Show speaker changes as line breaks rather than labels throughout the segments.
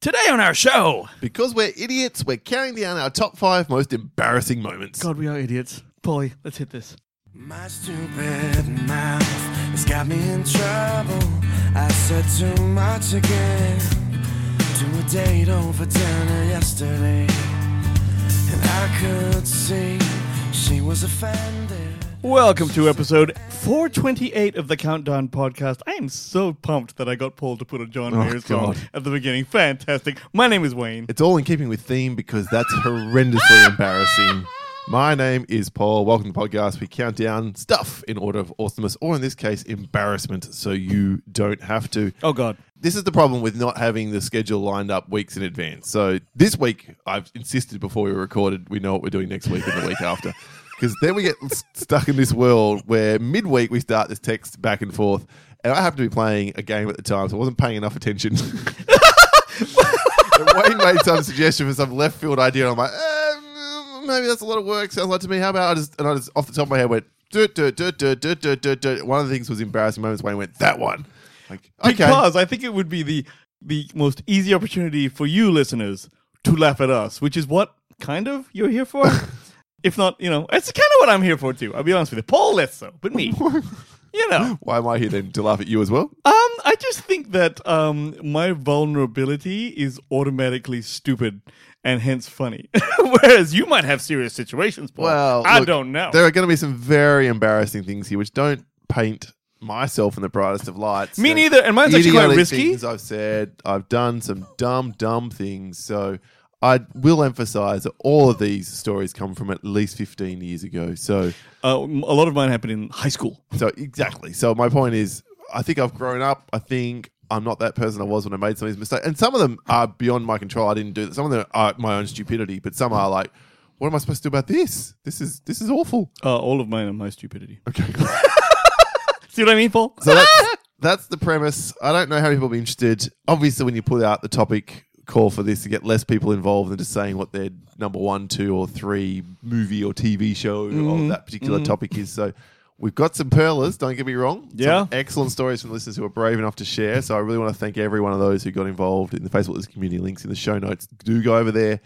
Today on our show,
Because we're idiots, we're carrying down our top five most embarrassing moments.
God, we are idiots. Polly, let's hit this.
My stupid mouth has got me in trouble. I said too much again to a date over dinner yesterday. And I could see she was offended.
Welcome to episode 428 of the Countdown podcast. I am so pumped that I got Paul to put a John
Oh,
Mayer song
God.
at the beginning. Fantastic. My name is Wayne.
It's all in keeping with theme because that's horrendously embarrassing. My name is Paul. Welcome to the podcast. We count down stuff in order of awesomeness, or in this case, embarrassment, so you don't have to.
Oh, God.
This is the problem with not having the schedule lined up weeks in advance. So this week, I've insisted before we recorded, we know what we're doing next week and the week after. Because then we get s- stuck in this world where midweek we start this text back and forth. And I happened to be playing a game at the time, so I wasn't paying enough attention. And Wayne made some suggestion for some left field idea, and I'm like, eh, mm, maybe that's a lot of work. Sounds like to me. How about I just and I just off the top of my head went, "Dut, dut, dut, dut, dut, dut, dut, dut." one of the things was embarrassing moments. Wayne went that one. Like okay,
Because I think it would be the, the most easy opportunity for you listeners to laugh at us, which is what kind of you're here for. if not, you know, it's kind of what I'm here for too. I'll be honest with you. Paul less so, but me. you know.
why am I here then to laugh at you as well?
Um, I just think that um, my vulnerability is automatically stupid and hence funny, whereas you might have serious situations. Paul.
Well,
I
look,
don't know.
There are going to be some very embarrassing things here, which don't paint myself in the brightest of lights.
Me
They're
neither, and mine's actually quite
idiotic
risky.
Things I've said, I've done some dumb, dumb things. So I will emphasise that all of these stories come from at least fifteen years ago. So,
Uh, m- a lot of mine happened in high school.
so exactly. So my point is, I think I've grown up. I think. I'm not that person I was when I made some of these mistakes. And some of them are beyond my control. I didn't do that. Some of them are my own stupidity, but some are like, what am I supposed to do about this? This is this is awful.
Uh, all of mine are my stupidity.
Okay.
See what I mean, Paul?
So that's, that's the premise. I don't know how many people will be interested. Obviously, when you put out the topic call for this, to get less people involved than just saying what their number one, two, or three movie or TV show of that particular topic is. So we've got some perlers, don't get me wrong.
Yeah.
Some excellent stories from listeners who are brave enough to share. So I really want to thank every one of those who got involved in the Facebook Listeners community. Links in the show notes. Do go over there.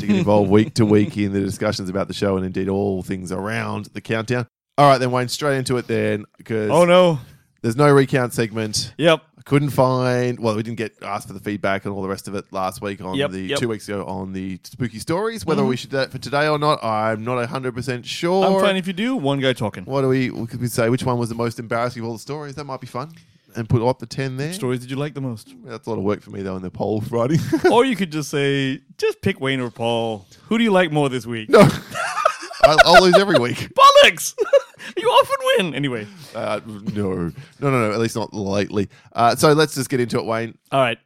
To get involved week to week in the discussions about the show and indeed all things around the countdown. All right, then Wayne, straight into it then because
Oh no.
there's no recount segment.
Yep.
I couldn't find. Well, we didn't get asked for the feedback and all the rest of it last week on
Yep,
the
yep. Mm-hmm.
two weeks ago on the spooky stories. Whether we should do that for today or not, I'm not 100 percent sure.
I'm fine if you do. One guy talking.
What do we? we Could we say which one was the most embarrassing of all the stories? That might be fun. And put up the 10 there.
Stories did you like the most?
That's a lot of work for me though in the poll writing.
or you could just say, just pick Wayne or Paul. Who do you like more this week?
no, I'll, I'll lose every week.
Bollocks! you often win. Anyway.
Uh, no, no, no, no. At least not lately. Uh, so let's just get into it, Wayne.
All right.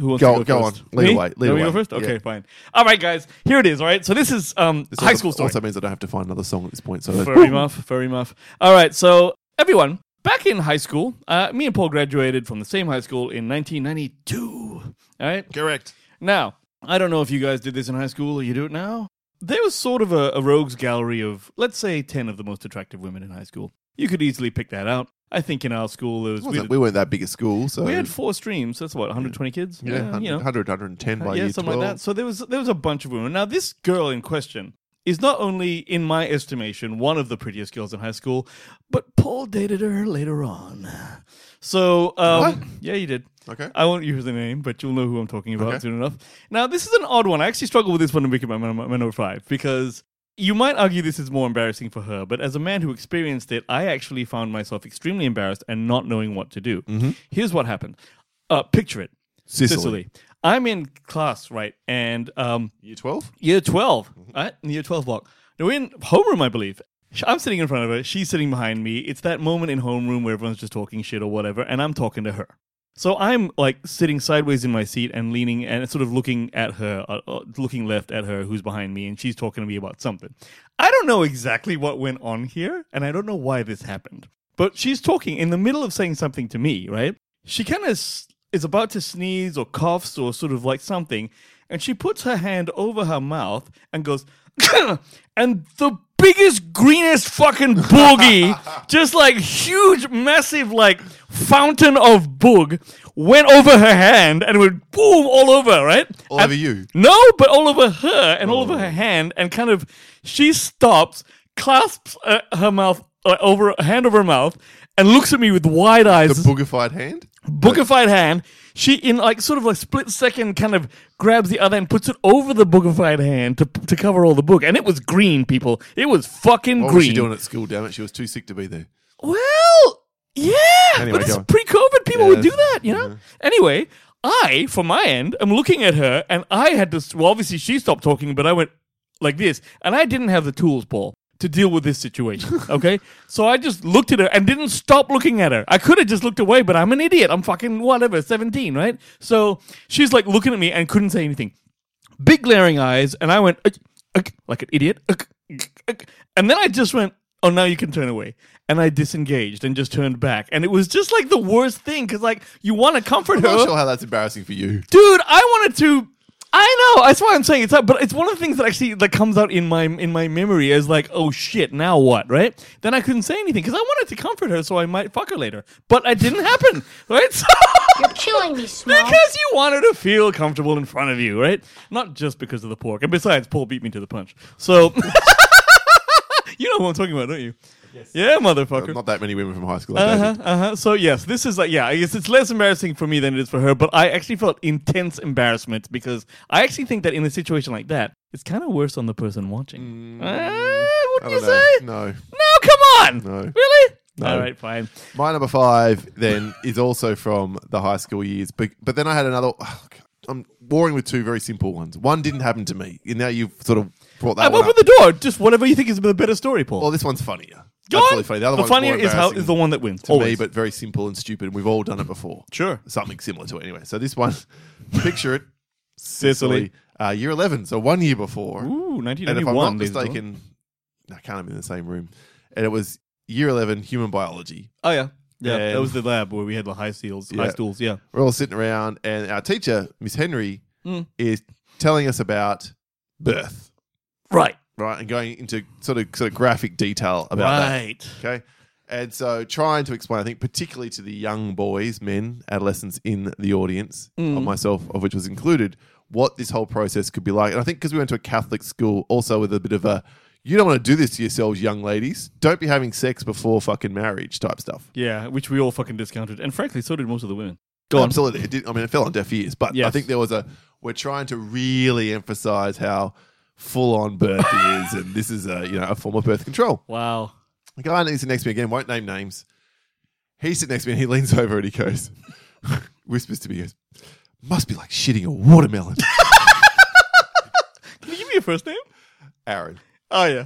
Who wants
Go-
to
go
go,
on.
first?
Lead
Me?
away. Lead
You want me to
away.
go first?
Yeah.
Okay, fine. All right, guys. Here it is. All right. So this is um,
This
high
also-
school story.
also means I don't have to find another song at this point. So
Furry muff. Furry muff. All right. So everyone, back in high school, uh, me and Paul graduated from the same high school in 1992. All right.
correct.
Now, I don't know if you guys did this in high school or you do it now. There was sort of a, a rogues gallery of, let's say, 10 of the most attractive women in high school. You could easily pick that out. I think in our school, there was, we,
We,
did-
weren't that big a school, so
we had four streams. That's what, 120 kids?
Yeah, 100,
you know.
100, 110
yeah,
by year
something
12.
like that. So there was there was a bunch of women. Now this girl in question is not only, in my estimation, one of the prettiest girls in high school, but Paul dated her later on. So um,
What?
yeah, you did.
Okay.
I won't use the name, but you'll know who I'm talking about
Okay.
soon enough. Now this is an odd one. I actually struggle with this one in Wicked Man, Man, Man number five because. You might argue this is more embarrassing for her, but as a man who experienced it, I actually found myself extremely embarrassed and not knowing what to do.
Mm-hmm.
Here's what happened. Uh, picture it.
Sicily.
Sicily. I'm in class, right? And um,
Year 12?
year 12, right? In the year 12 block. Now, we're in homeroom, I believe. Sh- I'm sitting in front of her. She's sitting behind me. It's that moment in homeroom where everyone's just talking shit or whatever, and I'm talking to her. So I'm like sitting sideways in my seat and leaning and sort of looking at her, uh, uh, looking left at her who's behind me, and she's talking to me about something. I don't know exactly what went on here, and I don't know why this happened. But she's talking in the middle of saying something to me, right? She kind of s- is about to sneeze or coughs or sort of like something, and she puts her hand over her mouth and goes, and the biggest, greenest fucking boogie, just like huge, massive, like fountain of boog, went over her hand and went boom all over, right?
All
And-
over Oh. you.
No, but all over her and all over her hand, and kind of she stops, clasps uh, her mouth uh, over hand over her mouth, and looks at me with wide eyes.
The boogified hand?
boogified hand. She in like sort of like split second kind of grabs the other and puts it over the boogified hand to to cover all the book, and it was green, people. It was fucking
What
green.
was she doing at school, damn it? She was too sick to be there.
Well, yeah,
Anyway,
but
go
it's
on. Mm-hmm.
pre-COVID. People
Yeah,
would do
that's-
that, you know. Anyway, I, from my end, am looking at her, and I had to. Well, obviously, she stopped talking, but I went like this, and I didn't have the tools, Paul, to deal with this situation. Okay, so I just looked at her and didn't stop looking at her. I could have just looked away, but I'm an idiot. I'm fucking whatever, seventeen, right? So she's like looking at me and couldn't say anything big glaring eyes, and I went "Ugh, ugh," like an idiot, "Ugh, ugh, ugh." and then I just went, "Oh, now you can turn away," and I disengaged and just turned back, and it was just like the worst thing because like you want to comfort
I'm
her,
not sure how that's embarrassing for you.
dude. I wanted to. I know that's why I'm saying it's up, but it's one of the things that actually that comes out in my in my memory as like, oh shit, now what, right? Then I couldn't say anything because I wanted to comfort her, so I might fuck her later, but it didn't happen, right? So-
You're killing me, Smalls.
Because you want her to feel comfortable in front of you, right? Not just because of the pork. And besides, Paul beat me to the punch. So you know what I'm talking about, don't you? Yeah, motherfucker.
Not that many women from high school. I
Uh
dated.
huh. Uh huh. So yes, this is like yeah. I guess it's less embarrassing for me than it is for her, but I actually felt intense embarrassment because I actually think that in a situation like that, it's kind of worse on the person watching. Uh,
Mm. I
what do you
don't know.
say?
No.
No, come on.
No.
Really?
No.
All right, fine.
My number five then is also from the high school years, but but then I had another. oh, I'm warring with two very simple ones. One didn't happen to me, and now you've sort of brought that.
I've
one up.
opened Uh, the door. Just whatever you think is the better story, Paul.
well, this one's funnier.
Go
That's
on.
really funny. The other one's
funnier
more
is how is
embarrassing
the one that wins.
to me,
always.
but very simple and stupid. And we've all done it before.
Sure.
something similar to it anyway. So this one, picture it,
Sicily.
uh, year eleven, so one year before.
Ooh,
and if I'm
1991.
not
ladies and gentlemen.
mistaken, I can't have been in the same room. And it was year eleven, human biology.
Oh yeah. Yeah,
Yeah.
that was the lab where we had the high seals,
Yeah.
high stools. Yeah,
we're all sitting around, and our teacher, Miss Henry,
Mm.
is telling us about birth,
right,
right, and going into sort of sort of graphic detail about
right.
that. Okay, and so trying to explain, I think, particularly to the young boys, men, adolescents in the audience,
Mm.
of myself, of which was included, what this whole process could be like. And I think because we went to a Catholic school, also with a bit of a you don't want to do this to yourselves, young ladies. Don't be having sex before fucking marriage type stuff.
Yeah, which we all fucking discounted, and frankly, so did most of the women. Go on.
Absolutely. It did, I mean, it fell on deaf ears, but I
Yes.
think there was a. We're trying to really emphasize how full on birth is, and this is a you know a form of birth control.
Wow.
The guy who's sitting next to me again won't name names. He's sitting next to me and he leans over and he goes, whispers to me, he goes, "Must be like shitting a watermelon."
Can you give me your first name?
Aaron
Oh yeah.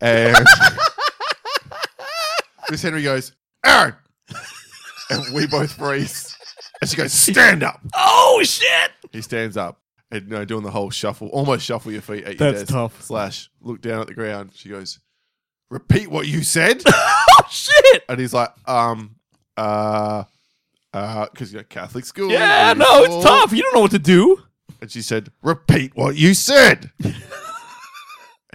and Miss Henry goes, "Aaron," and we both freeze. And she goes, "Stand up."
Oh shit.
He stands up and you know, doing the whole shuffle, almost shuffle your feet at your
That's
desk.
tough.
Slash, look down at the ground. She goes, "Repeat what you said,"
Oh shit.
and he's like, "Um, uh, uh, because you know Catholic school."
Yeah,
really
no,
small."
it's tough. You don't know what to do.
And she said, "Repeat what you said." and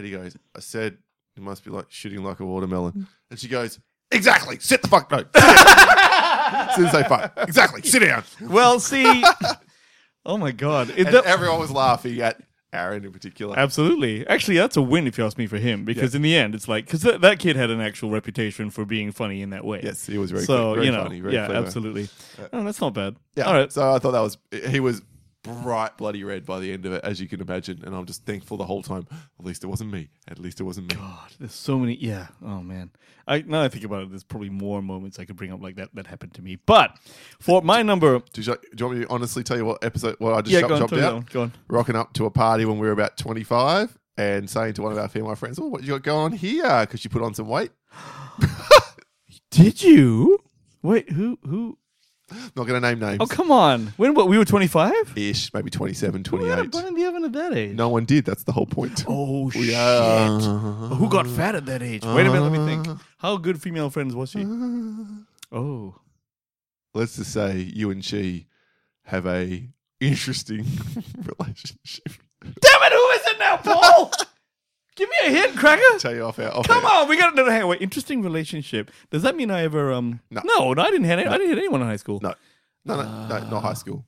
he goes, "I said it must be like shooting like a watermelon." And she goes, "Exactly. Sit the fuck no." Since they fuck, exactly. Sit down.
Well, see. oh my god. It,
And
that-
everyone was laughing at Aaron in particular.
Absolutely. Actually, that's a win if you ask me for him, because in the end, it's like because that that kid had an actual reputation for being funny in that way.
Yes, he was very
so
cle- very
you know,
funny, very
yeah,
clever.
absolutely. Oh, that's not bad.
Yeah.
All right.
So I thought that was he was bright bloody red by the end of it, as you can imagine, and I'm just thankful the whole time. At least it wasn't me. At least it wasn't me.
God, there's so many. Yeah. Oh man. I now that I think about it. There's probably more moments I could bring up like that that happened to me. But for my number,
Do, you, do you want me to honestly tell you what episode? What I just
yeah,
shop-
go on,
shopped
tell me that one.
out.
Go on.
Rocking up to a party when we were about 25, and saying to one of our female friends, "Oh, what you got going on here?" Because you put on some weight.
Did you? Wait, who? Who?
Not going to name names.
Oh, come on. When? What? We were 25.
Ish, maybe 27,
We had a
28.
bun in the oven at that age.
No one did. That's the whole point. Uh,
Oh shit.
Yeah. Uh-huh.
Who got fat at that age? Wait a minute, let me think. How good female friends was she? Oh.
Let's just say you and she have a interesting relationship.
Damn it, who is it now, Paul? Give me a hint, cracker.
Tell you off our off
Come
air.
on, we got no, no, hang on, wait. Interesting relationship. Does that mean I ever um?
No.
no, no, I didn't hit. any I didn't hit anyone in high school.
No. No, no, no,
Uh,
not high school.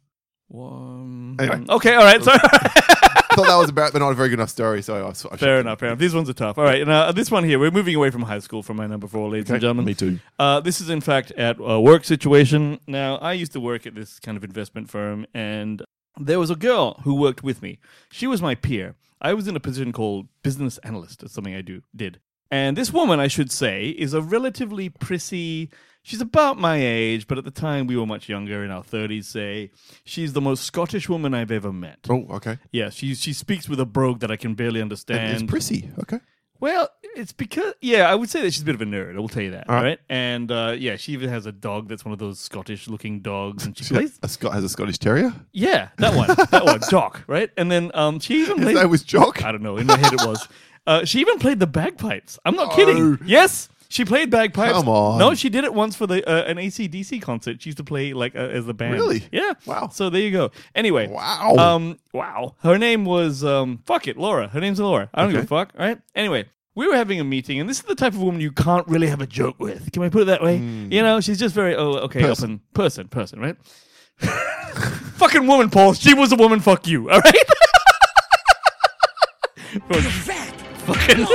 Um,
Anyway.
Okay, all right. Sorry.
Thought that was about, but not a very good enough story. So I, I should-
fair enough. Fair enough. These ones are tough. All right. Now this one here. We're moving away from high school for my number four, ladies and gentlemen.
Me too.
Uh, this is in fact at a work situation. Now, I used to work at this kind of investment firm, and there was a girl who worked with me. She was my peer. I was in a position called business analyst. It's something I do did. And this woman, I should say, is a relatively prissy. She's about my age, but at the time we were much younger, in our thirties. Say, she's the most Scottish woman I've ever met.
Oh, okay.
Yeah, she she speaks with a brogue that I can barely understand.
it's prissy. Okay.
Well, it's because yeah, I would say that she's a bit of a nerd. I will tell you that,
All right.
right? And uh, yeah, she even has a dog that's one of those Scottish-looking dogs, and she plays
A Scot has a Scottish Terrier.
yeah, that one, that one, Doc, right? And then um, she even
His
played.
name was Jock.
I don't know. In my head, it was. Uh, she even played the bagpipes. I'm not
No.
kidding. Yes, she played bagpipes.
Oh. Come on.
No, she did it once for the uh, an ACDC concert. She used to play like uh, as the band.
Really?
Yeah.
Wow.
So there you go. Anyway.
Wow.
Um. Wow. Her name was um. Fuck it, Laura. Her name's Laura. I don't give a fuck. All right. Anyway. We were having a meeting, and this is the type of woman you can't really have a joke with. Can we put it that way? You know, she's just very oh okay,
Hmm. Person.
open person, person, right? Fucking woman, Paul. She was a woman. Fuck you. All right. fucking,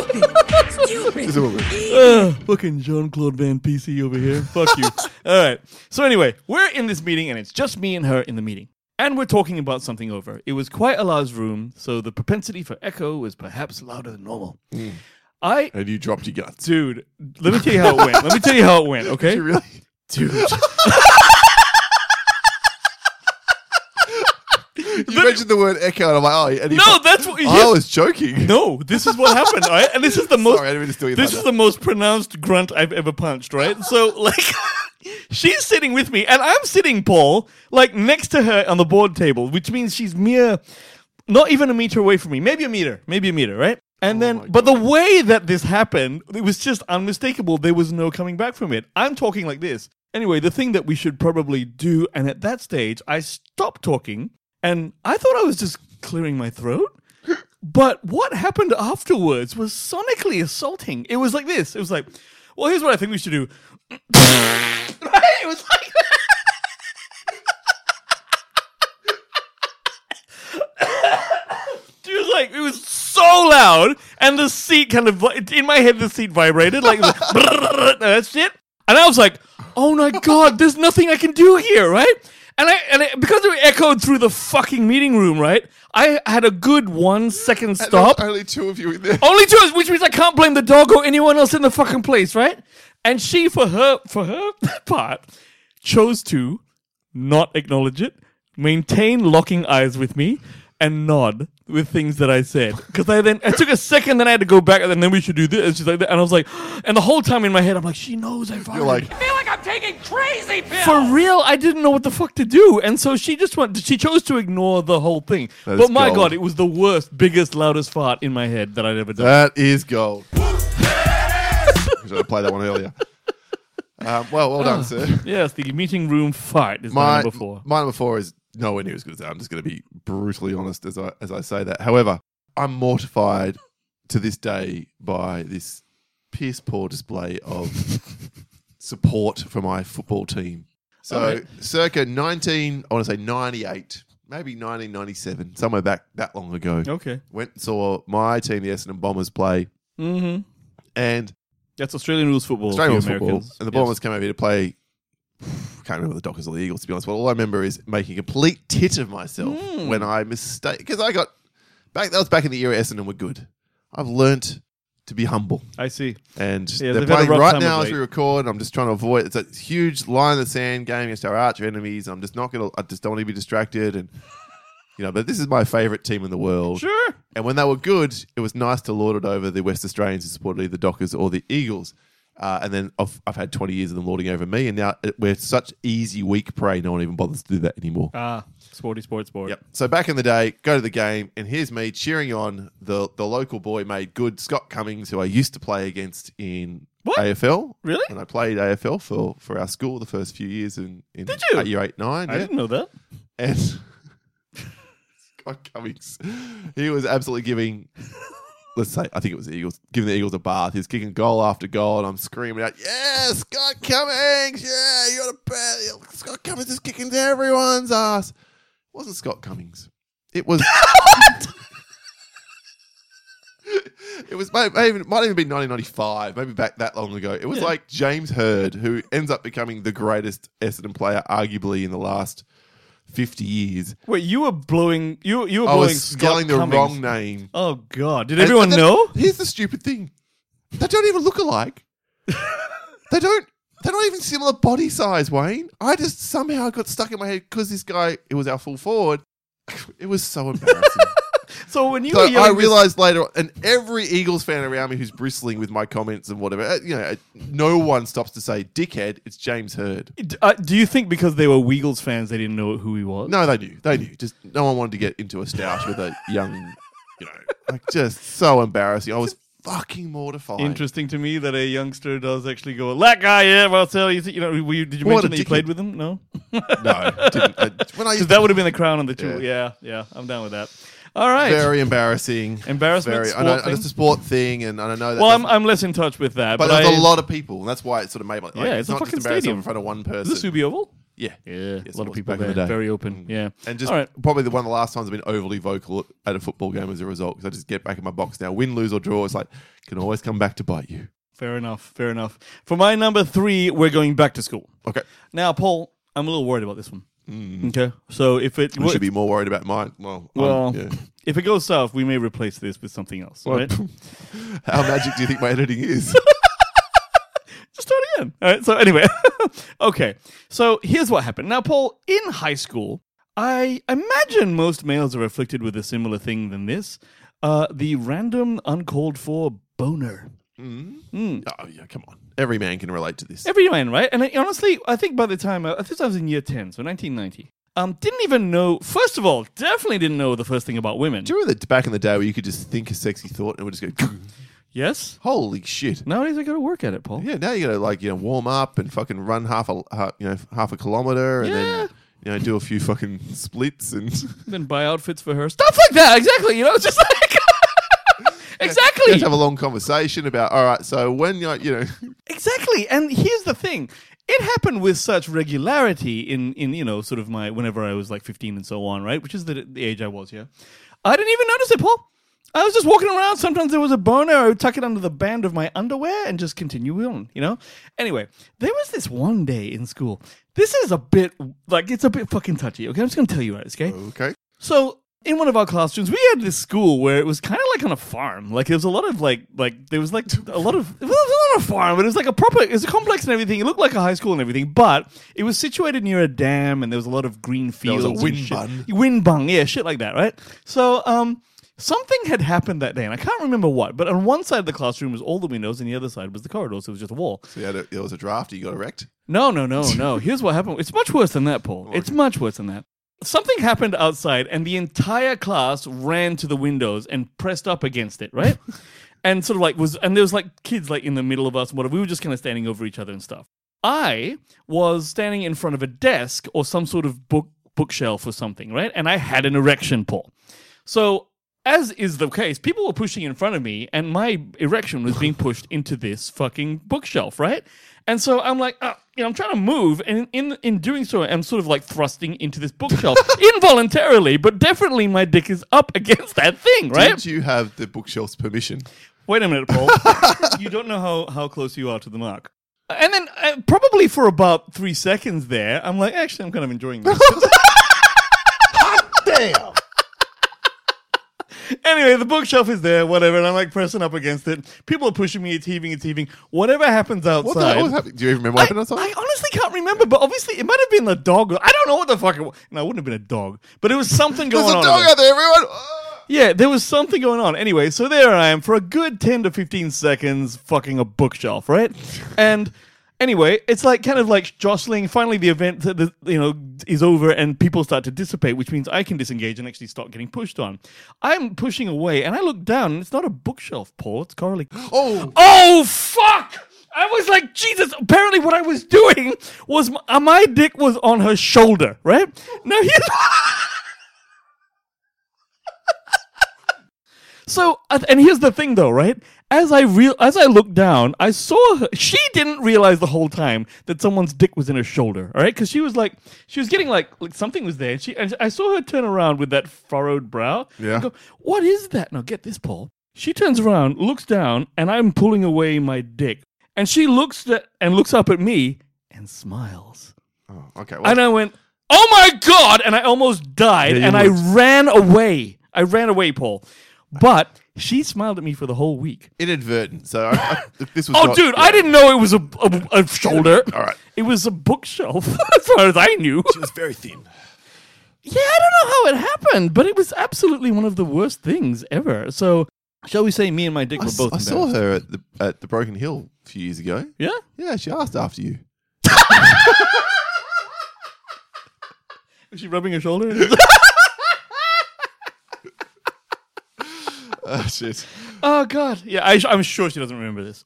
She's a woman.
Ugh, fucking Jean Claude Van PC over here. Fuck you. All right. So anyway, we're in this meeting, and it's just me and her in the meeting, and we're talking about something over. It was quite a large room, so the propensity for echo was perhaps louder than normal. I,
And you dropped your guts.
dude, let me tell you how it went. Let me tell you how it went. Okay,
You really?
dude.
You mentioned the word echo, and I'm like, oh, and he
No, that's what.
I was joking.
No, this is what happened, all right? And this is the most
Sorry, I didn't mean to steal your
This
thunder.
is the most pronounced grunt I've ever punched, right? So like she's sitting with me and I'm sitting Paul like next to her on the board table, which means she's mere not even a meter away from me. Maybe a meter, maybe a meter, right? And
Oh
then, but the way that this happened, it was just unmistakable. There was no coming back from it. I'm talking like this. Anyway, the thing that we should probably do, and at that stage, I stopped talking and I thought I was just clearing my throat. But what happened afterwards was sonically assaulting. It was like this. It was like, well, here's what I think we should do. Right? It was like She was like, it was so loud, and the seat kind of vi- in my head, the seat vibrated like it was like, that shit. And I was like, oh my god, there's nothing I can do here, right? And I and I, because it echoed through the fucking meeting room, right? I had a good one second
And there was
stop. Oh.
Only two of you in there.
Only two, which means I can't blame the dog or anyone else in the fucking place, right? And she, for her, for her part, chose to not acknowledge it, maintain locking eyes with me, and nod with things that I said. Because I then I took a second, then I had to go back, and then we should do this. And she's like, that. and I was like, and the whole time in my head, I'm like, she knows I farted.
You're like,
feel like I'm taking crazy pills.
For real, I didn't know what the fuck to do, and so she just went. She chose to ignore the whole thing.
That
but
is
my
gold.
god, it was the worst, biggest, loudest fart in my head that I'd ever done.
that is gold. Should I play that one earlier? Um, well, well
Oh.
done, sir.
Yes, the meeting room fight is my
My
number four.
my number four is nowhere near as good as that. I'm just going to be brutally honest as I as I say that. However, I'm mortified to this day by this piss poor display of support for my football team. So,
Alright.
circa 19, I want to say 98, maybe 1997, somewhere back that long ago.
Okay.
Went and saw my team, the Essendon Bombers, play,
Mm-hmm.
and
That's Australian rules football.
Australian rules
for you
football.
Americans.
And the
Yes.
Bombers came over here to play. Can't remember the Dockers or the Eagles, to be honest. But all I remember is making a complete tit of myself
Hmm.
when I mistake because I got back. That was back in the era Essendon were good. I've learnt to be humble,
I see.
and
Yeah,
they're
they've had a
playing
rough
right
time
now
of
as we
late.
record. I'm just trying to avoid. It's a huge line in the sand game against our arch enemies. I'm just not gonna. I just don't want to be distracted, and you know. But this is my favourite team in the world.
Sure.
And when they were good, it was nice to lord it over the West Australians who supported either the Dockers or the Eagles. Uh, and then I've, I've had 20 years of them lording over me. And now it- we're such easy, weak prey. No one even bothers to do that anymore.
Ah, sporty sports board.
Yep. So back in the day, go to the game, and here's me cheering on the, the local boy made good, Scott Cummings, who I used to play against in
What?
AFL.
Really?
And I played AFL for, for our school the first few years in, in Did
you?
year 8 9.
I
yeah.
didn't know that.
And Scott Cummings, he was absolutely giving let's say, I think it was the Eagles, giving the Eagles a bath. He's kicking goal after goal, and I'm screaming out, Yeah, Scott Cummings! Yeah, you're the best! Scott Cummings is kicking to everyone's ass. It wasn't Scott Cummings. It was. It was may- may even- might even be 1995, maybe back that long ago. It was like James Hurd, who ends up becoming the greatest Essendon player, arguably in the last 50 years.
Wait, you were blowing. You you were
I
blowing.
was
Scott
spelling the
Cummings.
wrong name.
Oh God! Did
And-
everyone
and that-
know?
Here's the stupid thing: they don't even look alike. they don't. They're not even similar body size, Wayne. I just somehow got stuck in my head because this guy. It was our full forward. It was so embarrassing.
So when you
so
were
I
yelling this-
realized later, on- and every Eagles fan around me who's bristling with my comments and whatever, uh, you know, uh, no one stops to say, "Dickhead, it's James Hurd."
D- uh, do you think because they were Weagles fans, they didn't know who he was?
No, they knew. They knew. Just no one wanted to get into a stoush with a young, you know, like just so embarrassing. I was fucking mortified.
Interesting to me that a youngster does actually go. That guy, yeah, well, tell you, you know, were you, did you
What
mention
a
that you
dickhead.
played with him? No,
No, I didn't. I, when I
because
used
that
to,
would have been the crown on the tool. Yeah. yeah,
Yeah.
I'm down with that. All right.
very embarrassing.
Embarrassment,
Very, I
sport
know,
thing?
It's a sport thing, and I don't know. That
well, I'm,
doesn't-
I'm less in touch with that,
but
but,
there's
I,
a lot of people, and that's why it's sort of made. Like,
Yeah, it's a
not
fucking
just embarrassing
stadium.
in front of one person.
Is this Ubi Oval?
yeah,
Yeah,
Yes,
a lot
it
of
was
people
back in
there.
the day.
Very open. Yeah.
And just
All right.
probably the one of the last times I've been overly vocal at a football game as a result because I just get back in my box now. Win, lose, or draw, it's like can always come back to bite you.
Fair enough. Fair enough. For my number three, we're going back to school.
Okay,
Now, Paul, I'm a little worried about this one. Okay. So if it
Mm. we should be more worried about mine. Well, I'm-
well,
yeah.
if it goes south, we may replace this with something else. Right?
how magic do you think my editing is?
Just start again. All right. So anyway, okay. So here's what happened. Now, Paul, in high school, I imagine most males are afflicted with a similar thing than this: uh, the random, uncalled for boner.
oh yeah, come on. Every man can relate to this.
Every man, right? And I, honestly, I think by the time uh, I, I think I was in year ten, so 1990. Um, didn't even know. First of all, definitely didn't know the first thing about women.
Do you remember that back in the day where you could just think a sexy thought and it would just go,
Yes.
holy shit?
Nowadays, I got to work at it, Paul.
Yeah, now you gotta like you know warm up and fucking run half a ha- you know half a kilometer and
Yeah.
then you know do a few fucking splits and
Then buy outfits for her. Stuff like that. Exactly. You know, it's just like.
You
exactly.
have to have a long conversation about all right. So when you you know
Exactly. And here's the thing. It happened with such regularity in, in you know, sort of my whenever I was like 15 and so on, right? Which is the, the age I was, yeah. I didn't even notice it, Paul. I was just walking around. Sometimes there was a boner. I would tuck it under the band of my underwear and just continue on, you know? Anyway, there was this one day in school. This is a bit, like, it's a bit fucking touchy, okay? I'm just going to tell you about this, okay?
okay
So in one of our classrooms, we had this school where it was kind of like on a farm. Like there was a lot of like like there was like a lot of it was on a farm, but it was like a proper it was a complex and everything. It looked like a high school and everything, but it was situated near a dam and there was a lot of green
was
fields.
a
and
wind
shit.
bun.
Wind bung, yeah, shit like that, right? So um. Something had happened that day, and I can't remember what. But on one side of the classroom was all the windows, and the other side was the corridor, so it was just a wall.
so you had a, there was a draft. You got erect.
No, no, no, no. Here's what happened. It's much worse than that, Paul. It's much worse than that. Something happened outside, and the entire class ran to the windows and pressed up against it, right? and sort of like was, and there was like kids like in the middle of us and whatever. We were just kind of standing over each other and stuff. I was standing in front of a desk or some sort of book bookshelf or something, right? And I had an erection, Paul. So, as is the case, people were pushing in front of me, and my erection was being pushed into this fucking bookshelf, right? And so I'm like, uh, you know, I'm trying to move, and in in doing so, I'm sort of like thrusting into this bookshelf involuntarily, but definitely my dick is up against that thing, right?
Did you have the bookshelf's permission?
Wait a minute, Paul. you don't know how, how close you are to the mark. And then, uh, probably for about three seconds there, I'm like, actually, I'm kind of enjoying this.
Damn.
anyway, the bookshelf is there, whatever, and I'm like pressing up against it. People are pushing me, it's heaving, it's heaving. Whatever happens outside.
What the hell was happening? Do you even remember what
I,
happened outside?
I honestly can't remember, but obviously it might have been the dog. I don't know what the fuck it was. No, it wouldn't have been a dog, but it was something going
There's a
on.
dog
over there.
out there, everyone. Ah!
Yeah, there was something going on. Anyway, so there I am for a good 10 to 15 seconds fucking a bookshelf, right? And anyway, it's like kind of like jostling. Finally, the event, that the, you know, is over and people start to dissipate, which means I can disengage and actually start getting pushed on. I'm pushing away and I look down and it's not a bookshelf, Paul. It's Carly.
Oh,
Oh fuck! I was like, Jesus. Apparently, what I was doing was m- uh, my dick was on her shoulder, right? Now here's. So, uh, and here's the thing, though, right? As I real as I looked down, I saw her. She didn't realize the whole time that someone's dick was in her shoulder, all right? Because she was like, she was getting like, like something was there. And she, and I saw her turn around with that furrowed brow.
Yeah.
and go, what is that? Now get this, Paul. She turns around, looks down, and I'm pulling away my dick, and she looks that and looks up at me and smiles.
Oh, okay. Well,
And I went, "Oh my god!" And I almost died,
Yeah, you
and I
would.
ran away. I ran away, Paul. But she smiled at me for the whole week.
inadvertent. So I, I, look, this was.
Oh,
not-
dude, I didn't know it was a, a, a shoulder.
All right.
It was a bookshelf, as far as I knew.
It was very thin.
Yeah, I don't know how it happened, but it was absolutely one of the worst things ever. So, shall we say, me and my dick
I,
were
s-
both.
I saw her at the at the Broken Hill a few years ago.
Yeah.
Yeah, she asked after you.
Was she rubbing her shoulder?
Oh shit.
oh God. Yeah, I, I'm sure she doesn't remember this.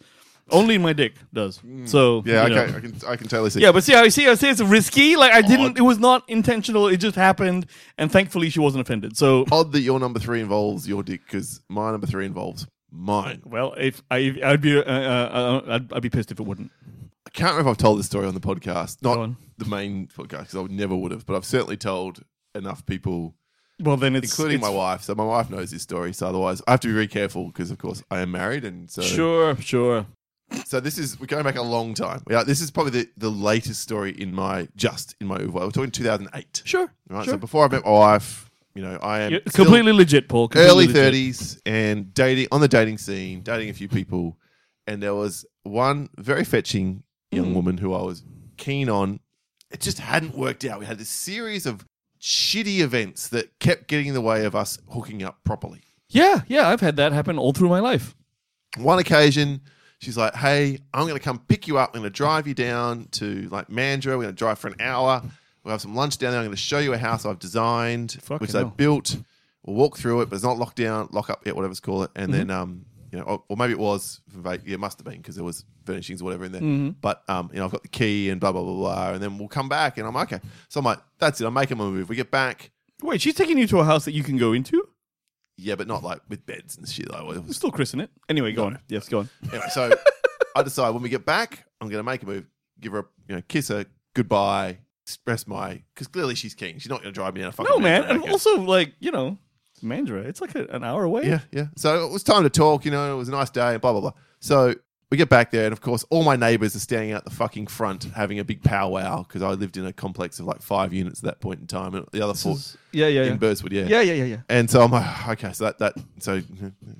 Only my dick does.
Mm.
So
Yeah,
you know.
okay, I can I can totally see.
Yeah, but see how see how I say it's risky. Like I didn't. It was not intentional. It just happened, and thankfully she wasn't offended. So
odd that your number three involves your dick because my number three involves mine.
well, if I I'd be uh, uh, uh, I'd, I'd be pissed if it wouldn't.
I can't remember if I've told this story on the podcast,
Go
not
on.
the main podcast because I would never would have, but I've certainly told enough people,
Well, then it's
including
it's-
my wife. So my wife knows this story. So otherwise, I have to be very careful because, of course, I am married, and so
Sure, sure.
so this is we're going back a long time. Yeah, this is probably the, the latest story in my just in my Uvo. We're talking 2008,
Sure,
right?
sure.
So before I met my wife, you know, I am
You're
still-
completely legit, Paul. Completely
early
legit.
30s and dating on the dating scene, dating a few people. And there was one very fetching
Hmm.
young woman who I was keen on. It just hadn't worked out. We had this series of shitty events that kept getting in the way of us hooking up properly.
Yeah, yeah. I've had that happen all through my life.
One occasion, she's like, Hey, I'm going to come pick you up. I'm going to drive you down to like Mandra. We're going to drive for an hour. We'll have some lunch down there. I'm going to show you a house I've designed,
Fucking
which I
hell.
built. We'll walk through it, but it's not locked down, lock up yet, whatever it's called. And then,
Mm-hmm.
um, you know, or, or maybe it was, va- yeah, it must have been because there was furnishings or whatever in there.
Mm-hmm.
But, um, you know, I've got the key and blah, blah, blah, blah. And then we'll come back and I'm like, okay. So I'm like, that's it. I'm making my move. We get back.
Wait, she's taking you to a house that you can go into.
Yeah, but not like with beds and shit. Like, it was
Still christen it. Anyway, go on. Yes, go on.
Anyway, so I decide when we get back, I'm going to make a move, give her, a, you know, kiss her goodbye, express my, because clearly she's keen. She's not going to drive me down a fucking.
No, man.
Mandurah
And
road.
also, like you know, Mandra. It's like a, an hour away.
yeah, yeah. So it was time to talk. You know, it was a nice day. Blah blah blah. So we get back there, and of course, all my neighbours are standing out the fucking front having a big powwow because I lived in a complex of like five units at that point in time, and the other four
This is- yeah, yeah,
in
yeah.
Burswood. Yeah,
yeah, yeah, yeah, yeah.
And so I'm like, okay, so that that so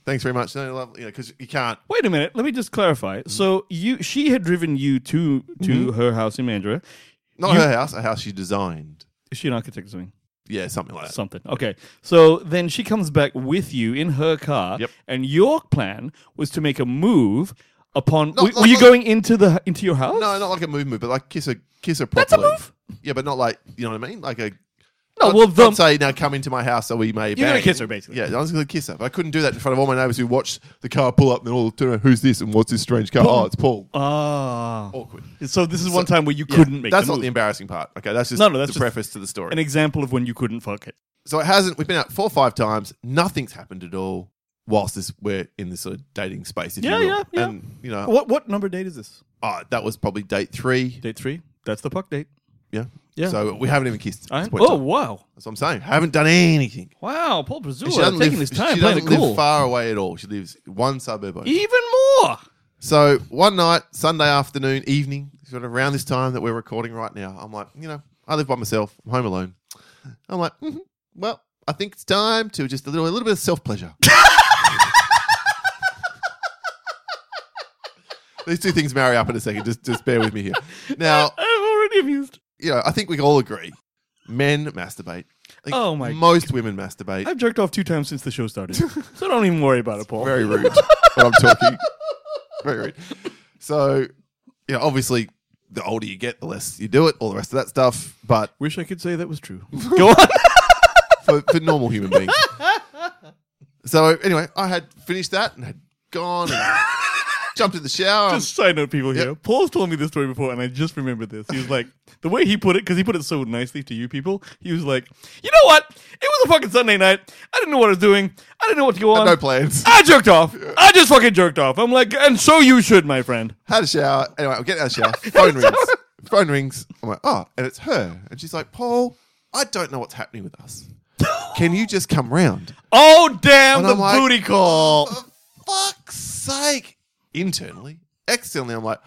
thanks very much. No, love, you know, because you can't
Wait a minute. Let me just clarify.
Mm-hmm.
So you, she had driven you to to her house in Mandra.
not
You-
her house, a house she designed.
Is she an architect or something?
Yeah, something like that.
Something. Okay. So then she comes back with you in her car.
Yep.
And your plan was to make a move upon.
No,
were,
no,
were you
no.
going into the into your house?
No, not like a move move, but like kiss her, kiss her
a
properly.
move?
Yeah, but not like you know what I mean. Like a
No,
not-
well,
not
the-
say now come into my house so we may.
You're gonna
bang."
kiss her, basically.
Yeah, I was gonna kiss her, but I couldn't do that in front of all my neighbors who watched the car pull up and all turn around. Who's this and what's this strange car? Oh, it's Paul.
Ah.
Awkward.
So this is one
So-
time where you
Yeah,
couldn't make
That's
the
not
move.
the embarrassing part. Okay, that's just
No, no, that's
the
just-
preface to the story.
An example of when you couldn't fuck it.
so it hasn't. We've been out four or five times. Nothing's happened at all. Whilst this, we're in this sort of dating space, if
Yeah,
you will.
yeah, yeah.
And you know,
What what number date is this?
oh, that was probably date three.
Date three. That's the puck date.
Yeah,
Yeah.
So we haven't even kissed. At
I,
this point in
oh
time.
wow.
that's what I'm saying. Haven't done anything.
Wow, Paul Brazil
And she doesn't
taking
live,
his time
she
playing
doesn't
it cool.
live far away at all. She lives one suburb over.
Even more.
so one night, Sunday afternoon, evening, sort of around this time that we're recording right now, I'm like, you know, I live by myself. I'm home alone. I'm like, mhm, well, I think it's time to just a little, a little bit of self pleasure. These two things marry up in a second. Just, just bear with me here. Now,
I'm already amused.
you know, I think we can all agree, men masturbate. Like,
Oh my
Most women masturbate.
I've jerked off two times since the show started, so don't even worry about it, Paul.
Very rude when I'm talking. Very rude. So, you know, obviously, the older you get, the less you do it, all the rest of that stuff. But
Wish I could say that was true. Go on.
for, for normal human beings. So, anyway, I had finished that and had gone and jumped in the shower.
Just side note, people here.
Yep.
Paul's told me this story before, and I just remembered this. He was like, the way he put it, because he put it so nicely to you people. He was like, you know what? It was a fucking Sunday night. I didn't know what I was doing. I didn't know what to go on.
no plans.
I jerked off. I just fucking jerked off. I'm like, and so you should, my friend.
had a shower. Anyway, I'm getting out of the shower. Phone rings. Phone rings. I'm like, oh, and it's her. And she's like, Paul, I don't know what's happening with us. Can you just come round?
Oh damn,
And
the
I'm like- uh,
booty call.
For fuck's sake. Internally, externally, I'm like,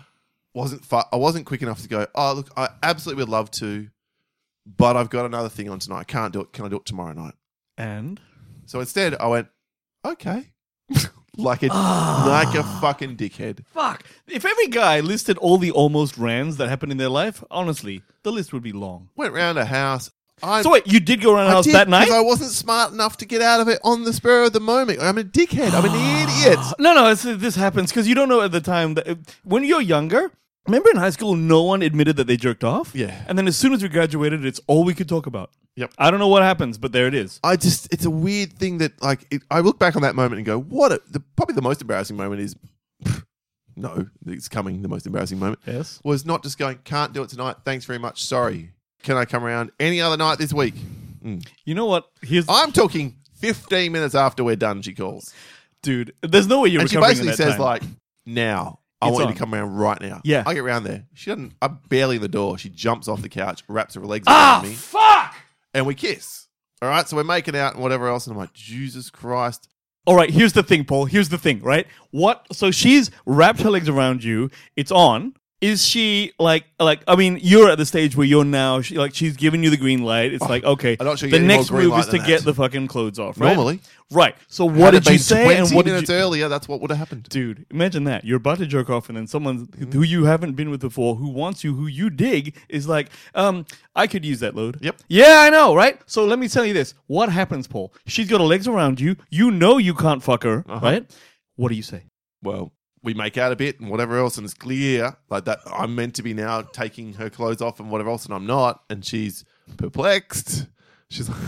wasn't fu- I wasn't quick enough to go, oh, look, I absolutely would love to, but I've got another thing on tonight. I can't do it. Can I do it tomorrow night?
And
So instead, I went, okay. like a like a fucking dickhead.
fuck, if every guy listed all the almost rans that happened in their life, honestly, the list would be long.
Went round a house. I
So wait, you did go around the
I
house
did,
that
'cause
night?
I wasn't smart enough to get out of it on the spur of the moment. I'm a dickhead. I'm an idiot.
No, no, it's, this happens because you don't know at the time that when you're younger. Remember in high school, no one admitted that they jerked off.
Yeah.
and then as soon as we graduated, it's all we could talk about.
Yep.
I don't know what happens, but there it is.
I just, it's a weird thing that, like, it, I look back on that moment and go, what? A, the, probably the most embarrassing moment is, no, it's coming, the most embarrassing moment.
Yes.
Was not just going, can't do it tonight. Thanks very much. Sorry. Can I come around any other night this week? Mm.
You know what? Here's
I'm talking 15 minutes after we're done, she calls.
dude. There's no way you're
and she
recovering in
basically
that
says,
time.
like, now. I
It's
want you
on.
to come around right now.
Yeah.
I get around there. She doesn't. I'm barely in the door. She jumps off the couch, wraps her legs
Ah,
around me.
fuck!
and we kiss. All right, so we're making out and whatever else, and I'm like, Jesus Christ!
All right, here's the thing, Paul. Here's the thing, right? What? So she's wrapped her legs around you. It's on. Is she like like? I mean, you're at the stage where you're now. She, like she's giving you the green light. It's like okay,
Oh, I'm not sure you
the
get any more
next
green
move
light
is to
than that.
get the fucking clothes off. Right?
Normally.
right? So what
Had it
did you
been
say? And
20
what did
minutes
you?
earlier? That's what would have happened.
Dude, imagine that. You're about to jerk off, and then someone who you haven't been with before, who wants you, who you dig, is like, um, I could use that load.
Yep.
Yeah, I know, right? So let me tell you this. What happens, Paul? She's got her legs around you. You know you can't fuck her, right? What do you say?
Well, we make out a bit and whatever else, and it's clear like that I'm meant to be now taking her clothes off and whatever else, and I'm not, and she's perplexed. She's like,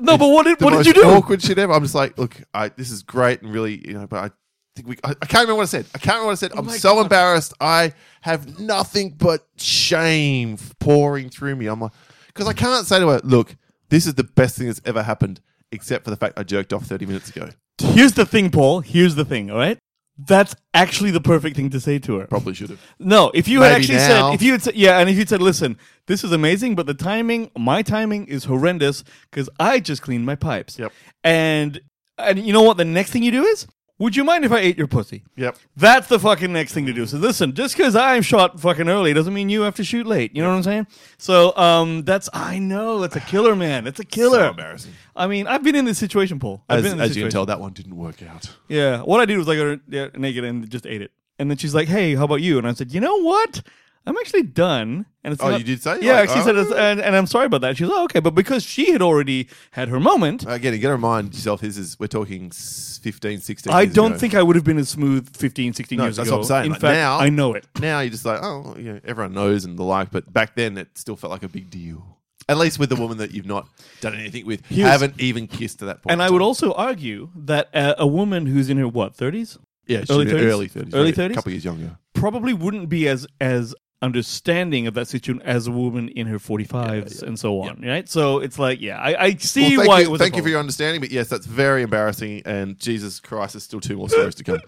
No, but what did,
the
what did
most
you do?
Awkward shit ever. I'm just like, look, I, this is great and really, you know, but I think we. I, I can't remember what I said. I can't remember what I said. I'm
my
so embarrassed. I have nothing but shame pouring through me. I'm like, because I can't say to her, look, this is the best thing that's ever happened, except for the fact I jerked off 30 minutes ago.
Here's the thing, Paul. Here's the thing, all right? That's actually the perfect thing to say to her.
Probably should have.
No, if you had
Maybe
actually
now.
said, if you had said, yeah, and if you'd said, listen, this is amazing, but the timing, my timing is horrendous because I just cleaned my pipes.
Yep.
And and you know what? The next thing you do is, would you mind if I ate your pussy?
Yep.
That's the fucking next thing to do. So listen, just because I'm shot fucking early doesn't mean you have to shoot late. You know what I'm saying? So um, that's I know that's a killer, man. That's a killer.
So embarrassing.
I mean, I've been in this situation, Paul. I've
As,
been in this
as you can
situation.
tell, that one didn't work out.
Yeah. What I did was I got her yeah, naked and just ate it. And then she's like, "Hey, how about you?" And I said, "You know what? I'm actually done." And it's
Oh,
not-
you did say?
Yeah,
Like,
I actually
oh.
said, it's- and, and I'm sorry about that. She was, "Oh, okay," but because she had already had her moment,
Uh, Again, you got to remind yourself, this is, we're talking s- 15, 16
I
years
don't
ago.
think I would have been as smooth 15, 16
No,
years
that's
ago.
what I'm saying.
In
Like,
fact,
now-
I know it.
now you're just like, oh, you know, everyone knows and the like. But back then, it still felt like a big deal. At least with the woman that you've not done anything with,
was-
haven't even kissed to that point.
And I would also argue that uh, a woman who's in her what 30s
yeah,
early
early
30s?
thirties, early thirties,
Early
a
30s?
couple years younger.
probably wouldn't be as as understanding of that situation as a woman in her 45s and so on, right? So it's like, yeah, I, I
Well,
see
thank
why
you,
it was. a
thank you for
problem.
your understanding, but yes, that's very embarrassing. And Jesus Christ, there's still two more stories to come.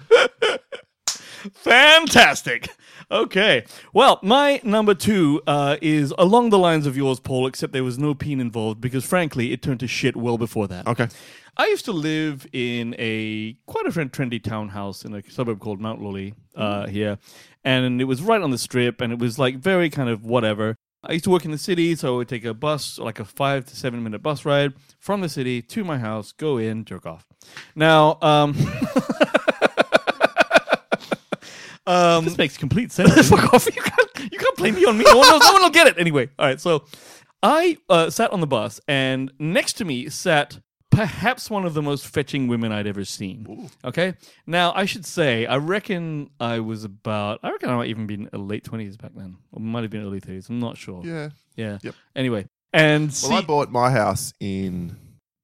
Fantastic. Okay. Well, my number two uh, is along the lines of yours, Paul, except there was no peen involved because, frankly, it turned to shit well before that.
Okay,
I used to live in a quite a friend- trendy townhouse in a suburb called Mount Lolly uh, here, and it was right on the strip, and it was like very kind of whatever. I used to work in the city, so I would take a bus, like a five to seven minute bus ride from the city to my house, go in, jerk off. Now, um, Um, this makes complete sense. Fuck off! You can't, you can't blame me on me. No one, knows, no one will get it anyway. All right, so I uh, sat on the bus, and next to me sat perhaps one of the most fetching women I'd ever seen. Okay, now I should say I reckon I was about I reckon I might even been late twenties back then, or might have been early thirties. I'm not sure.
yeah.
Yeah.
Yep.
Anyway, and
Well,
see-
I bought my house in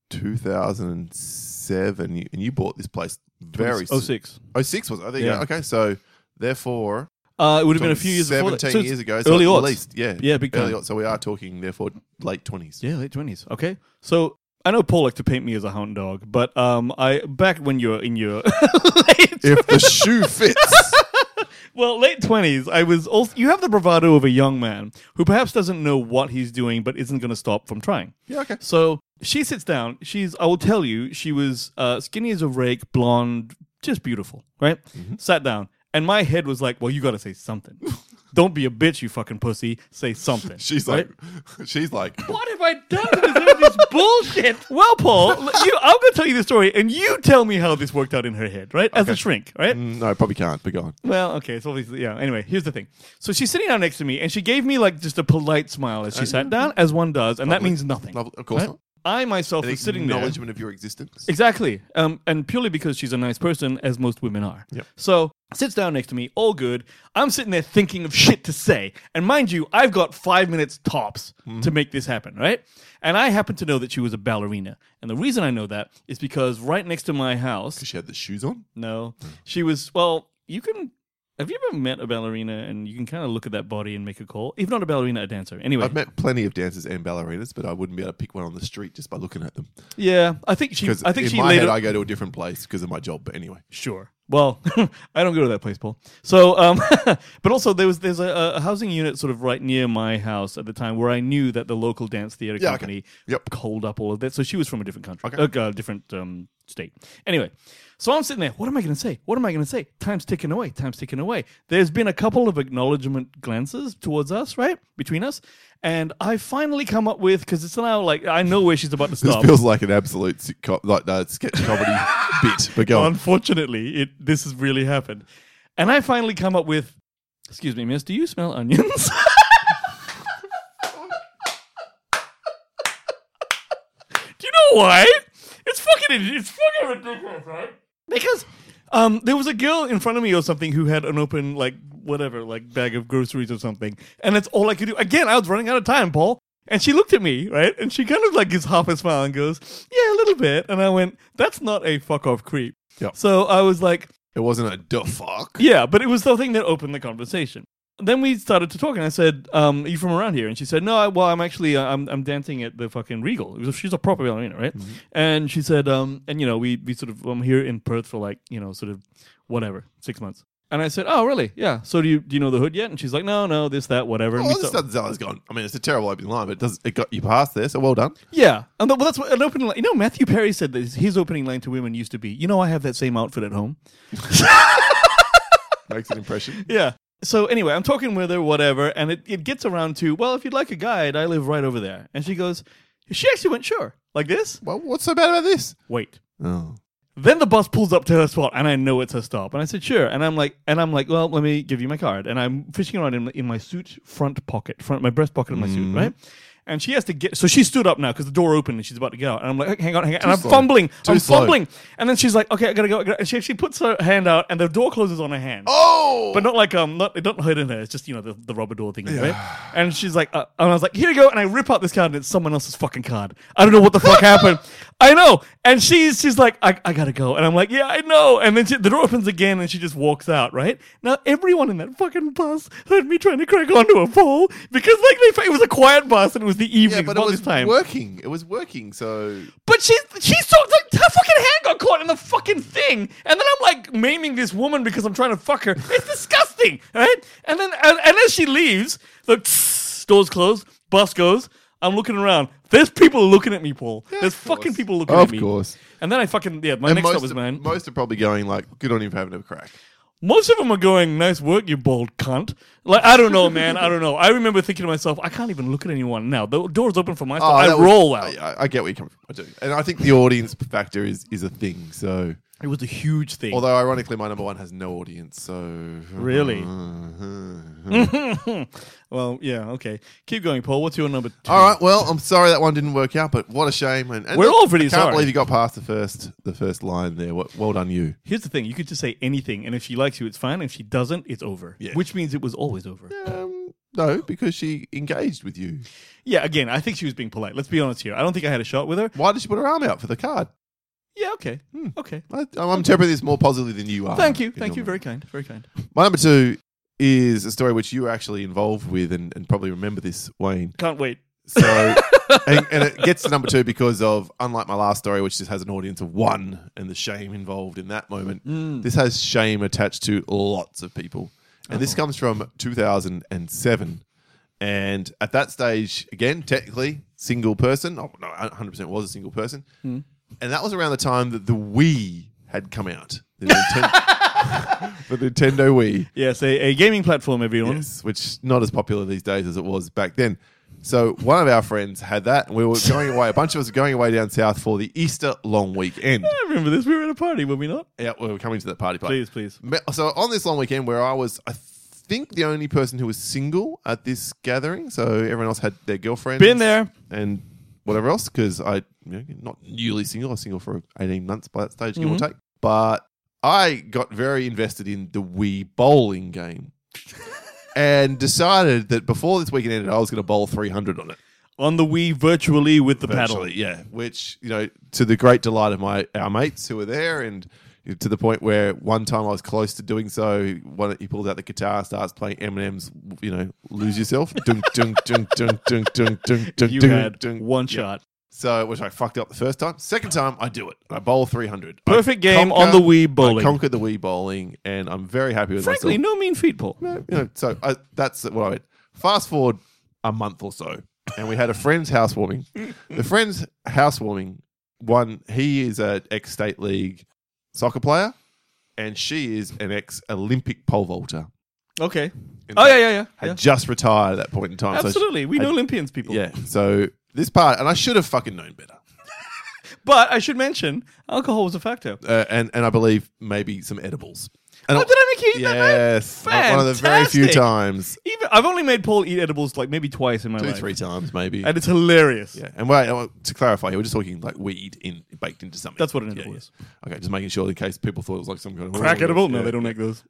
2006. seven, you- and you bought this place very
Oh,
soon.
six.
Oh, six was. Oh, there you
Yeah.
go. Okay, so therefore,
Uh, it would have been a few years before. that. So
17
it's
years ago. So
early
at
aughts.
least, yeah,
Yeah, big
early
time.
aughts. So we are talking, therefore, late twenties.
Yeah, late twenties. Okay, so I know Paul liked to paint me as a hound dog, but um, I back when you're in your late,
If the shoe fits,
well, late twenties, I was also you have the bravado of a young man who perhaps doesn't know what he's doing, but isn't going to stop from trying.
yeah, okay.
So she sits down. She's I will tell you, she was uh, skinny as a rake, blonde, just beautiful, right?
Mm-hmm.
Sat down, and my head was like, well, you got to say something. Don't be a bitch, you fucking pussy. Say something.
She's
right?
like, she's like, "Mm,
What have I done to deserve this bullshit? Well, Paul, l- you, I'm going to tell you the story, and you tell me how this worked out in her head, right? As a shrink, right?
no, probably can't. But go on.
Well, okay, it's obviously yeah. Anyway, here's the thing. So she's sitting down next to me, and she gave me like just a polite smile as she sat down, as one does, and that means nothing.
Lovely- Of course
right?
not.
I myself
An
was sitting there.
acknowledgement of your existence.
Exactly. Um, and purely because she's a nice person, as most women are.
Yep.
So sits down next to me, all good. I'm sitting there thinking of shit to say. And mind you, I've got five minutes tops
Mm-hmm.
to make this happen, right? And I happen to know that she was a ballerina. And the reason I know that is because right next to my house,
she Hmm. had the shoes on.
no, she was, well, you can. Have you ever met a ballerina and you can kind of look at that body and make a call? If not a ballerina, a dancer. Anyway,
I've met plenty of dancers and ballerinas, but I wouldn't be able to pick one on the street just by looking at them.
yeah, I think she.
Because
I think
in
she
my
later.
head, I go to a different place because of my job. But anyway,
Sure. Well, I don't go to that place, Paul. So, um, but also there was there's a, a housing unit sort of right near my house at the time where I knew that the local dance theater
Yeah, okay.
company
Yep.
called up all of that. So she was from a different country,
Okay.
uh, uh, different um, state. Anyway, so I'm sitting there. What am I going to say? What am I going to say? Time's ticking away. Time's ticking away. There's been a couple of acknowledgement glances towards us, right between us, and I finally come up with because it's now like I know where she's about to
this
stop.
feels like an absolute sitcom, like uh, sketch comedy bit. But go on.
Unfortunately, it this has really happened. And I finally come up with, excuse me, miss, do you smell onions? do you know why? It's fucking it's fucking ridiculous, right? Because um, there was a girl in front of me or something who had an open like whatever like bag of groceries or something, and that's all I could do. Again, I was running out of time, Paul. And she looked at me, right? And she kind of like gives half a smile and goes, "Yeah, a little bit." And I went, "That's not a fuck off creep."
Yep.
So I was like,
It wasn't a duh fuck.
yeah, but it was the thing that opened the conversation. Then we started to talk, and I said, um, "Are you from around here?" And she said, "No, I, well, I'm actually uh, I'm, I'm dancing at the fucking Regal. It was- she's a proper ballerina, right?"
Mm-hmm.
And she said, um, "And you know, we we sort of I'm here in Perth for like you know sort of whatever six months." And I said, "Oh, really? Yeah. So do you do you know the hood yet?" And she's like, "No, no, this that whatever."
Oh,
and we
this
start-
doesn't sound as gone. I mean, it's a terrible opening line, but it does it got you past there. So well done.
yeah, and th- well, that's what an opening line. You know, Matthew Perry said that his opening line to women used to be, "You know, I have that same outfit at home."
Makes an impression.
Yeah. So anyway, I'm talking with her, whatever, and it, it gets around to, well, if you'd like a guide, I live right over there. And she goes, she actually went, sure. Like this?
Well, what's so bad about this?
Wait.
Oh,
Then the bus pulls up to her spot, and I know it's her stop. And I said, "Sure." And I'm like, and I'm like, "Well, let me give you my card." And I'm fishing around in, in my suit front pocket, front my breast pocket of my
Mm.
suit, right? And she has to get. So she stood up now because the door opened and she's about to get out. And I'm like, "Hang on, hang on." and I'm
slow.
fumbling,
Too
I'm
slow.
fumbling. And then she's like, "Okay, I gotta go." I gotta-" And she actually puts her hand out, and the door closes on her hand.
oh,
But not like um, not it don't hurt in her. It's just you know the, the rubber door thing, right? And she's like, uh, and I was like, here you go. And I rip out this card, and it's someone else's fucking card. I don't know what the fuck happened. I know. And she's she's like, I, I gotta go. And I'm like, yeah, I know. And then she, the door opens again, and she just walks out. Right now, everyone in that fucking bus heard me trying to crack onto a pole because like they fa- it was a quiet bus and it was the
yeah,
evening,
but it
not
was
this time.
working. It was working. So
But she's she's so like, her fucking hand got caught in the fucking thing, and then I'm like maiming this woman because I'm trying to fuck her. It's disgusting, right? And then and, and as she leaves, the doors closed, bus goes. I'm looking around. There's people looking at me, Paul. There's
of course.
fucking people looking
Of
at me.
course.
And then I fucking yeah. My
And
next
most
stop was
of-
mine. Most,
Most are probably going like, good on you for having a crack.
of them are going, "Nice work, you bald cunt." Like I don't know, man. I don't know. I remember thinking to myself, I can't even look at anyone now. The door's open for my
Oh,
stop.
that
I
was-
roll out.
I, I get where you come from. I do, and I think the audience factor is is a thing. So,
It was a huge thing.
although ironically, my number one has no audience. So uh-huh.
Really? well, yeah, okay. Keep going, Paul. What's your number two?
All right. Well, I'm sorry that one didn't work out, but what a shame. And, and
We're
look,
all pretty
I can't
sorry.
believe you got past the first the first line there. Well, well done, you.
Here's the thing you could just say anything, and if she likes you, it's fine. If she doesn't, it's over.
Yeah.
Which means it was always over. Yeah.
Um, no, because she engaged with you.
again, I think she was being polite. Let's be honest here. I don't think I had a shot with her.
Why did she put her arm out for the card?
Yeah, okay.
Hmm.
Okay.
I, I'm interpreting this more positively than you are.
Thank you.
in
Thank you.
your-
Very kind. Very kind.
My number two is a story which you were actually involved with and, and probably remember this, Wayne.
Can't wait.
So, and, and it gets to number two because of, unlike my last story, which just has an audience of one and the shame involved in that moment, this has shame attached to lots of people. And this comes from 2007. And at that stage, again, technically, single person. Oh, no, 100% was a single person. And that was around the time that the Wii had come out. The Nintendo, the Nintendo Wii.
Yes, a, a gaming platform, everyone.
Yes, which not as popular these days as it was back then. So one of our friends had that, and we were going away. A bunch of us were going away down south for the Easter long weekend.
I remember this. We were at a party, were we not?
Yeah, we were coming to that party. party.
Please, please.
Me- So on this long weekend, where I was, I think the only person who was single at this gathering. So everyone else had their girlfriends.
Been there.
and whatever else because I you know, not newly single. I was single for eighteen months by that stage,
Mm-hmm.
give or take. But I got very invested in the Wii bowling game. And decided that before this weekend ended, I was going to bowl 300 on it.
On the Wii, virtually with the paddle.
Actually, yeah. Which, you know, to the great delight of my our mates who were there, and to the point where one time I was close to doing so, one, he pulls out the guitar, starts playing Eminem's, you know, Lose Yourself. dunk, dunk, dunk, dunk, dunk, dunk, dunk, dunk,
You
dunk,
had
dunk.
one
Yeah.
shot.
So, which I fucked up the first time. Second time, I do it. I bowl 300. I
Perfect game on the Wii bowling.
I conquered the Wii bowling, and I'm very happy with
Frankly,
myself.
no mean feat, Paul.
No, you know, so I, that's what I went. Fast forward a month or so, and we had a friend's housewarming. the friend's housewarming, one, he is an ex state league soccer player, and she is an ex Olympic pole vaulter.
Okay.
In
Oh,
fact,
yeah, yeah, yeah.
Had
yeah.
just retired at that point in time. So she-
Absolutely. We
had-
know Olympians, people.
yeah. So this part, and I should have fucking known better.
But I should mention, alcohol was a factor.
uh, and and I believe maybe some edibles. And
Oh,
I-
did I make you eat that night?
yes, uh, one of the very few
Fantastic.
times,
Even, I've only made Paul eat edibles like maybe twice in my
two
life.
three times maybe.
And it's hilarious.
yeah, and wait, I want to clarify, we're just talking like weed in baked into something.
That's what an
Yeah,
edible
yeah.
is.
Okay, just making sure in case people thought it was like some kind of
Crack
Yeah.
edible? No,
Yeah.
they don't make those.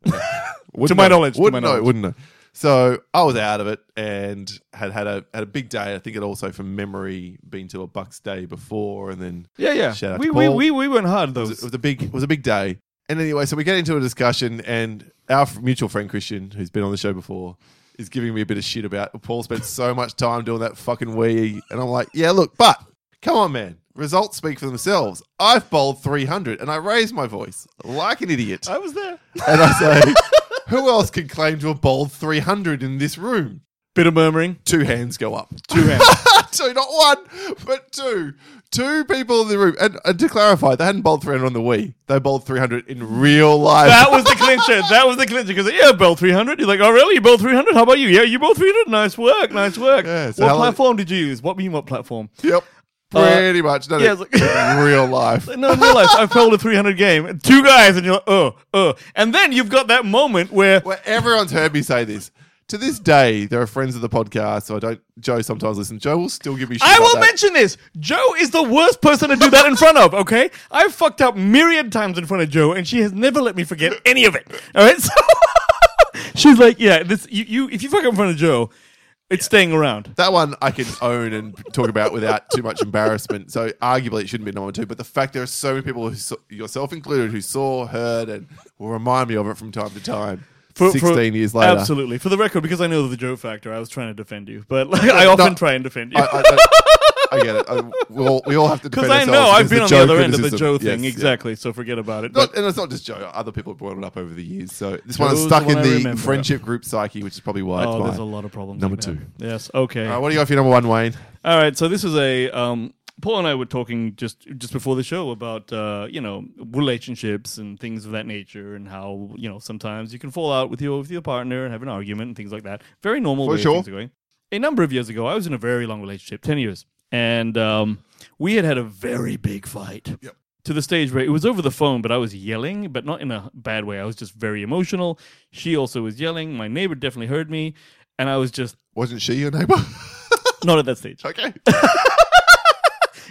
Wouldn't
my
know.
knowledge, to
wouldn't
my
know,
knowledge.
wouldn't know. So I was out of it and had had a had a big day. I think it also from memory been to a Bucks day before, and then
Yeah, yeah.
Shout out
we,
to
we,
Paul.
we, we went hard, though.
was- it was a big it was a big day. And anyway, so we get into a discussion, and our f- mutual friend Christian, who's been on the show before, is giving me a bit of shit about Paul spent so much time doing that fucking Wii, and I'm like, yeah, look, but come on, man, results speak for themselves. I've bowled 300, and I raise my voice like an idiot,
I was there.
and I say, who else can claim to have bowled 300 in this room?
Bit of murmuring.
Two hands go up
Two hands.
two, not one, but two. Two people in the room. And, and to clarify, they hadn't bowled 300 on the Wii. They bowled 300 in real life.
That was the clincher. That was the clincher. Because, yeah, Bell 300. You're like, oh, really? You Bell 300? How about you? Yeah, you Bell 300? Nice work. Nice work.
Yeah, so
what
how long-
platform did you use? What mean, what platform?
yep. Pretty much. No,
uh, yeah,
no,
it's like-
in real life.
No, in real life, I fell a 300 game. Two guys, and you're like, oh, oh. And then you've got that moment where
Well, everyone's heard me say this. To this day, there are friends of the podcast, so I don't. Joe sometimes listens. Joe will still give me shit.
I
about
will
that.
mention this. Joe is the worst person to do that in front of, okay? I've fucked up myriad times in front of Joe, and she has never let me forget any of it. All right? So she's like, yeah, this you, you if you fuck up in front of Joe, it's staying around.
That one I can own and talk about without too much embarrassment. So arguably it shouldn't be number two, but the fact there are so many people, who saw, yourself included, who saw, heard, and will remind me of it from time to time.
For- for-
Sixteen years later,
Absolutely. For the record, because I know the Joe factor, I was trying to defend you. But like, I often
no.
try and defend you.
I, I, I, I get it. I, we, all, we all have to
because
defend
I know
ourselves
I've been on
against
the other
Joe
end of the
criticism.
Joe
Yes,
thing.
yeah.
exactly. So forget about it.
Not,
But
and it's not just Joe. Other people have brought it up over the years. So this one is
Joe's
stuck
the one
in
I
the
remember.
friendship group psyche, which is probably why.
oh,
it's
there's a
mine.
lot of problems.
Number
like
two.
that. Yes. Okay.
All right, what do you got for your number one, Wayne?
All right, so this is a um, Paul and I were talking just just before the show about uh, you know relationships and things of that nature, and how you know sometimes you can fall out with your with your partner and have an argument and things like that. Very normal
For
way
sure.
things are going. A number of years ago, I was in a very long relationship, ten years, and um, we had had a very big fight. Yep. To the stage where it was over the phone, but I was yelling, but not in a bad way. I was just very emotional. She also was yelling. My neighbor definitely heard me, and I was just
Wasn't she your neighbor?
not at that stage.
okay.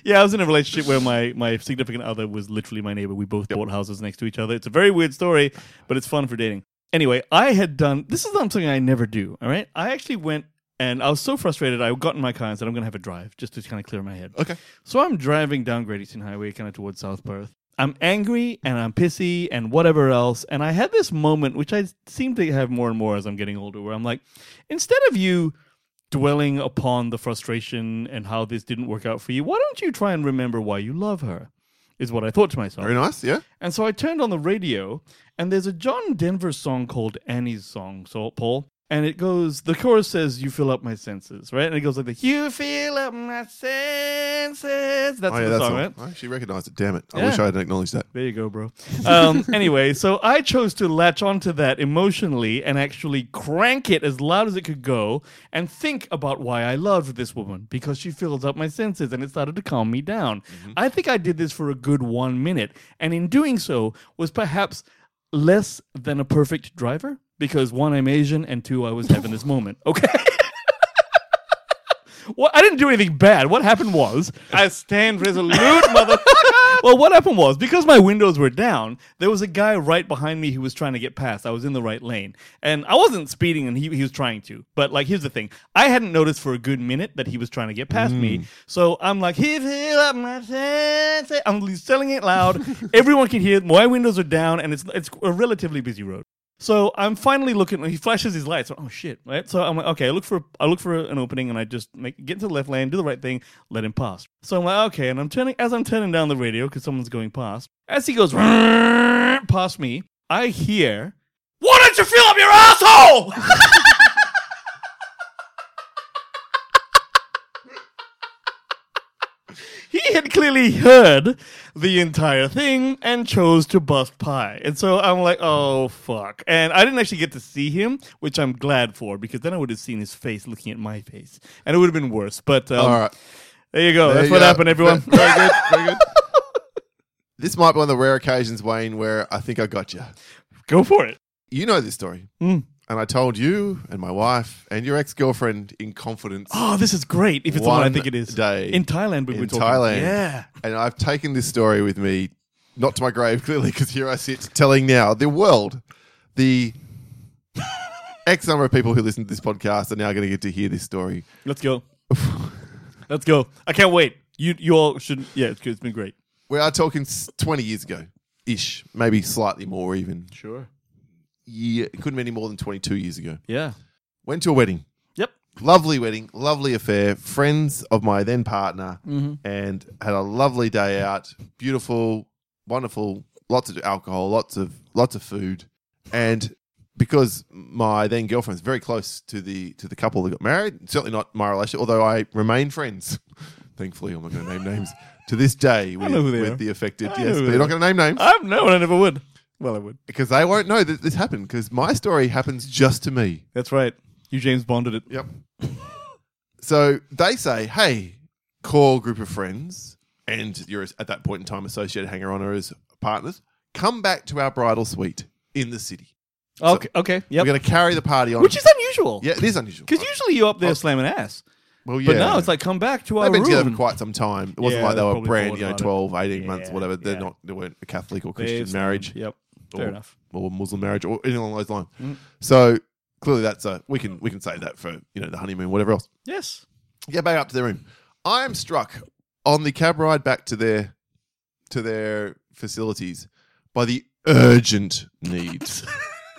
Yeah, I was in a relationship where my, my significant other was literally my neighbor. We both bought houses next to each other. It's a very weird story, but it's fun for dating. Anyway, I had done this is not something I never do. All right, I actually went and I was so frustrated. I got in my car and said I'm going to have a drive just to kind of clear my head.
Okay.
So I'm driving down Gradyson Highway, kind of towards South Perth, I'm angry and I'm pissy and whatever else. And I had this moment, which I seem to have more and more as I'm getting older, where I'm like, instead of you dwelling upon the frustration and how this didn't work out for you, why don't you try and remember why you love her? Is what I thought to myself.
Very nice, yeah.
And so I turned on the radio, and there's a John Denver song called Annie's Song, so Paul. And it goes, the chorus says, You fill up my senses, right? And it goes like this You fill up my senses. That's
oh, yeah,
the
that's
song,
all.
right?
I actually recognized it. Damn it! I
Yeah.
wish I had acknowledged that.
There you go, bro. Um, anyway, so I chose to latch onto that emotionally and actually crank it as loud as it could go and think about why I loved this woman because she fills up my senses and it started to calm me down. I think I did this for a good one minute, and in doing so, was perhaps less than a perfect driver because one, I'm Asian, and two, I was having this moment. Okay. Well, I didn't do anything bad. What happened was I stand resolute, motherfucker. Well, what happened was because my windows were down, there was a guy right behind me who was trying to get past. I was in the right lane, and I wasn't speeding, and he, he was trying to. But like, here's the thing: I hadn't noticed for a good minute that he was trying to get past me. So I'm like, "Hip, hip, up my fancy." I'm selling it loud. Everyone can hear. it. My windows are down, and it's it's a relatively busy road. So I'm finally looking. He flashes his lights. Oh shit! Right. So I'm like, okay. I look for I look for an opening, and I just make, get into the left lane, do the right thing, let him pass. So I'm like, okay. And I'm turning as I'm turning down the radio because someone's going past. As he goes past me, I hear, "Why don't you fill up your asshole?" he had clearly heard the entire thing and chose to bust pie. And so I'm like, oh fuck. And I didn't actually get to see him, which I'm glad for because then I would have seen his face looking at my face, and it would have been worse. But um,
All right.
there you go.
There
That's
you
what
go.
happened, everyone.
Very good. Very good. this might be one of the rare occasions, Wayne, where I think I got you.
go for it.
You know this story.
Mm.
And I told you and my wife and your ex girlfriend in confidence.
Oh, this is great. If it's the one I
One
think it is.
day
in Thailand, we
in
were talking.
Thailand.
Yeah.
And I've taken this story with me, not to my grave, clearly, because here I sit telling now the world, the X number of people who listen to this podcast are now going to get to hear this story.
Let's go. Let's go. I can't wait. You you all should. Yeah, it's, good. it's been great.
We are talking s- 20 years ago ish, maybe slightly more even.
Sure.
Yeah, it couldn't be any more than 22 years ago.
Yeah.
Went to a wedding.
Yep.
lovely wedding, lovely affair, friends of my then partner,
Mm-hmm.
and had a lovely day out. Beautiful, wonderful, lots of alcohol, lots of lots of food, and because my then girlfriend's very close to the to the couple that got married, certainly not my relationship, although I remain friends. Thankfully, I'm not going to name names to this day with,
know who they are.
with the affected.
I know
Yes,
who
but
they
you're
are.
not going to name names
I've known. I never would. Well, I would.
because they won't know that this happened because my story happens just to me.
That's right. You James Bonded it.
Yep. so they say, hey, call group of friends and your at that point in time associated hanger on as partners, come back to our bridal suite in the city.
Oh, Okay. okay. Yep.
We're going to carry the party on.
Which is unusual.
yeah, it is unusual.
Because usually you're up there
Oh.
slamming ass.
well,
But no, it's like come back to our
They've been together
room.
for quite some time. It wasn't
Yeah,
like they
they're
were
probably
brand,
bored
you know,
about it.
12, 18 months,
Yeah,
whatever. They're
yeah. um,
not, they weren't a Catholic or
They've
Christian
slammed.
marriage.
Yep.
or,
Fair enough.
or Muslim marriage, or anything along those lines. So clearly, that's a we can we can save that for you know the honeymoon, whatever else.
Yes.
Get back up to their room. I am struck on the cab ride back to their to their facilities by the urgent need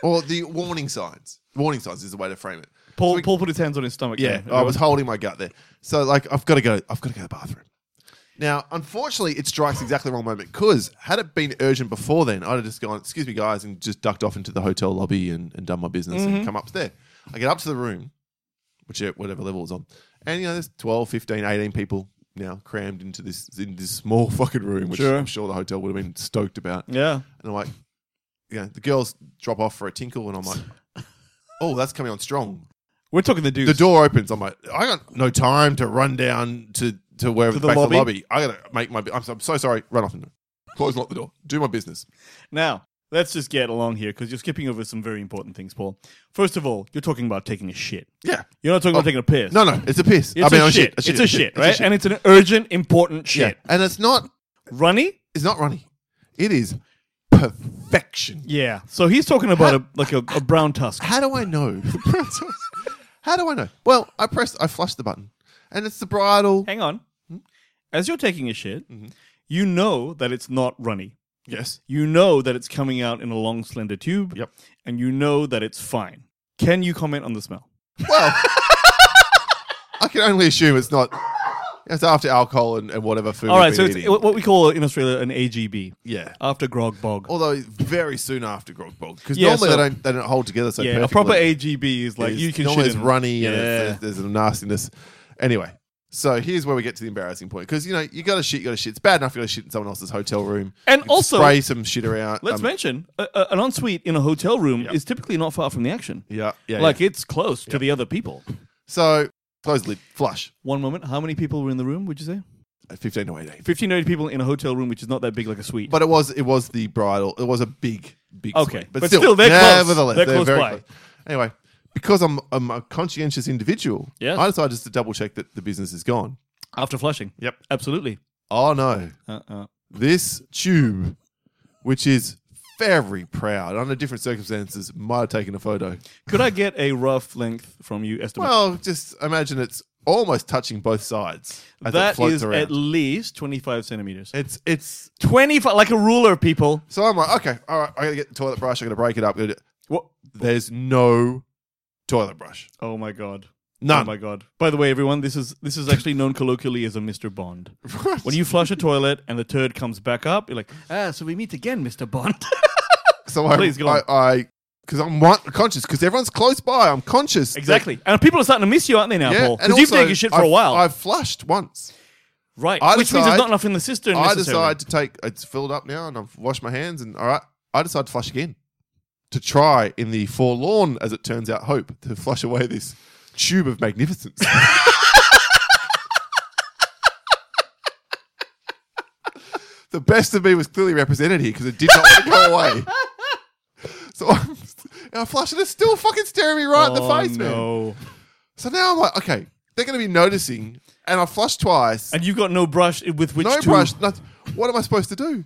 or the warning signs. Warning signs is the way to frame it.
Paul,
So we-
Paul put his hands on his stomach.
Yeah,
there.
I was holding my gut there. So like, I've got to go. I've got to go to the bathroom. Now, unfortunately, it strikes exactly the wrong moment because had it been urgent before then, I'd have just gone, "Excuse me, guys," and just ducked off into the hotel lobby and, and done my business and come up there. I get up to the room, which whatever level it was on, and you know, there's 12, 15, 18 people now crammed into this in this small fucking room, which
Sure.
I'm sure the hotel would have been stoked about.
Yeah.
And I'm like, you know, the girls drop off for a tinkle, and I'm like, "Oh, that's coming on strong."
We're talking the dudes.
the door opens. I'm like, I got no time to run down to to wherever
To the
back to
lobby?
the lobby. I gotta make my. I'm so, I'm so sorry. Run off and close, lock the door, do my business.
Now, let's just get along here because you're skipping over some very important things, Paul. First of all, you're talking about taking a shit.
Yeah.
You're not talking about taking a piss.
Oh, No, no, it's a piss.
It's
I mean,
a,
a
shit.
a
It's a shit, right?
shit.
And it's an urgent, important
Yeah.
shit.
and it's not.
Runny?
It's not runny. It is perfection.
Yeah. So he's talking about a, like a, a brown tusk.
How do I know? How do I know? Well, I pressed. I flushed the button, and it's the bridal.
Mm-hmm. Hang on. As you're taking a shit, you know that it's not runny.
Yes.
you know that it's coming out in a long, slender tube.
Yep.
And you know that it's fine. Can you comment on the smell?
I can only assume it's not. It's after alcohol and, and whatever food.
All
we've
right, so
been
it's
eating.
what we call in Australia an AGB.
yeah.
After grog bog.
Although very soon after grog bog, because
Yeah,
normally
so-
they don't they don't hold together so
yeah,
perfectly.
a proper AGB is like
It's
you can
normally
shit
it's
in.
runny
yeah.
and it's, there's, there's a nastiness. Anyway, so here's where we get to the embarrassing point because you know you got to shit, you got to shit. It's bad enough you got to shit in someone else's hotel room
And
You
also-
spray some shit around.
Let's
um,
mention a, a, an ensuite in a hotel room
Yep.
is typically not far from the action.
Yeah, yeah.
like
yeah.
it's close to the other people.
so close lid, flush.
One moment, how many people were in the room? Would you say
at Fifteen to eighteen.
1500 people in a hotel room, which is not that big, like a suite.
But it was it was the bridal. It was a big big.
Okay,
suite.
but still, they're close.
Nevertheless,
They're
they're,
close
very
by.
close. Anyway, because I'm I'm a conscientious individual,
Yes.
I decided just to double check that the business is gone.
after flushing,
Yep.
absolutely.
Oh no,
Uh, uh.
this tube, which is very proud under different circumstances, might have taken a photo.
Could I get a rough length from you estimate?
Well, just imagine it's almost touching both sides. As it
that
floats
is
around.
at least 25 centimeters.
it's it's
25, like a ruler, people.
so I'm like, okay, all right, I gotta get the toilet brush. I gotta break it up.
What?
There's no toilet brush.
Oh my god. Oh
None.
my god. By the way, everyone, this is this is actually known colloquially as a Mr. Bond. When you flush a toilet and the turd comes back up, you're like, ah, so we meet again, Mr. Bond.
So I,
Please, go
I, I, because I'm one, conscious, because everyone's close by. I'm conscious. that-
exactly. And people are starting to miss you, aren't they now,
yeah,
Paul?
and
Because you've
also,
taken shit for a
I've-
while.
I've flushed once.
right.
I
Which means
decide-
there's not enough in the cistern.
I
necessarily.
decide to take. It's filled up now, and I've washed my hands, and all right, I decide to flush again, to try in the forlorn, as it turns out, hope to flush away this tube of magnificence. the best of me was clearly represented here because it did not want to go away. So I'm, and I flush, and it's still fucking staring me right
Oh,
in the face, man.
no.
So now I'm like, okay, they're going to be noticing, and I flush twice.
And you've got no brush with which
no
to.
brush. Nothing. What am I supposed to do?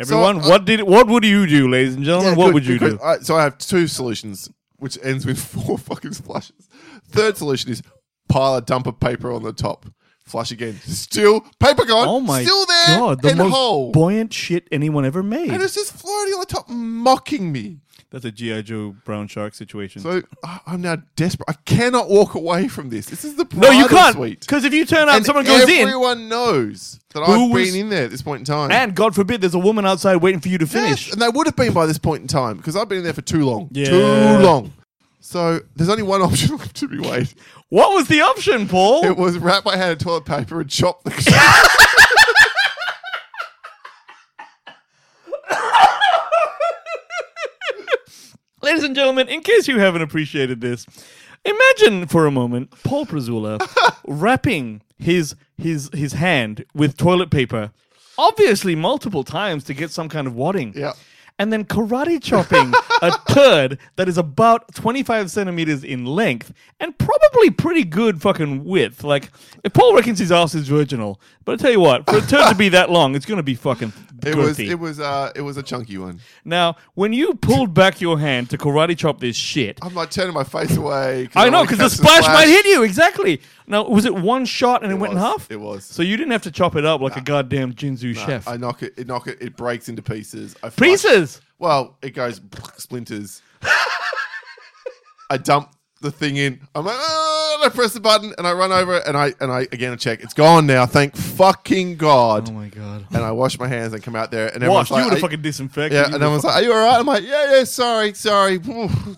Everyone,
So, uh,
what did what would you do, ladies and gentlemen?
Yeah,
what
good,
would you
good,
do?
good. All right, so I have two solutions, which ends with four fucking splashes. Third solution is pile a dump of paper on the top, flush again. Still paper gone.
Oh my
still there
god, the
and
most
whole.
buoyant shit anyone ever made.
and it's just floating on the top, mocking me.
That's a GI Joe brown shark situation.
So I- I'm now desperate. I cannot walk away from this. This is the
no, you
bridal
can't.
Suite.
Because if you turn out,
And
someone goes in,
everyone knows that
Who
I've
was-
been in there at this point in time.
and God forbid, there's a woman outside waiting for you to finish.
Yes, and they would have been by this point in time because I've been in there for too long.
Yeah.
Too long. So there's only one option left to be weighed.
What was the option, Paul?
It was wrap my hand in toilet paper and chop the.
Ladies and gentlemen, in case you haven't appreciated this, imagine for a moment Paul Prezula wrapping his his his hand with toilet paper, obviously multiple times to get some kind of wadding.
Yeah.
And then karate chopping a turd that is about 25 centimeters in length and probably pretty good fucking width. Like, if Paul reckons his ass is virginal, but I tell you what, for a turd to be that long, it's going to be fucking.
It was
girthy.
it was uh it was a chunky one.
Now, when you pulled back your hand to karate chop this shit,
I'm like turning my face away.
I know
wanna
because the
catch
splash, might hit you exactly. Now, was it one shot and it, went in
was,
half?
it was.
So you didn't have to chop it up like a goddamn Jinzu chef.
I knock it, it knock it, it breaks into pieces. I flush-
Pieces.
Well, it goes splinters. I dump the thing in. I'm like, oh, and I press the button and I run over it and I and I again I check. It's gone now. Thank fucking god.
Oh my god.
and I wash my hands and come out there and
Wash.
everyone's
you
like,
would have
"Are-
fucking disinfected.
yeah,
You
and
would've
everyone's like, "Are you all right?" I'm like, "Yeah, yeah, sorry, sorry,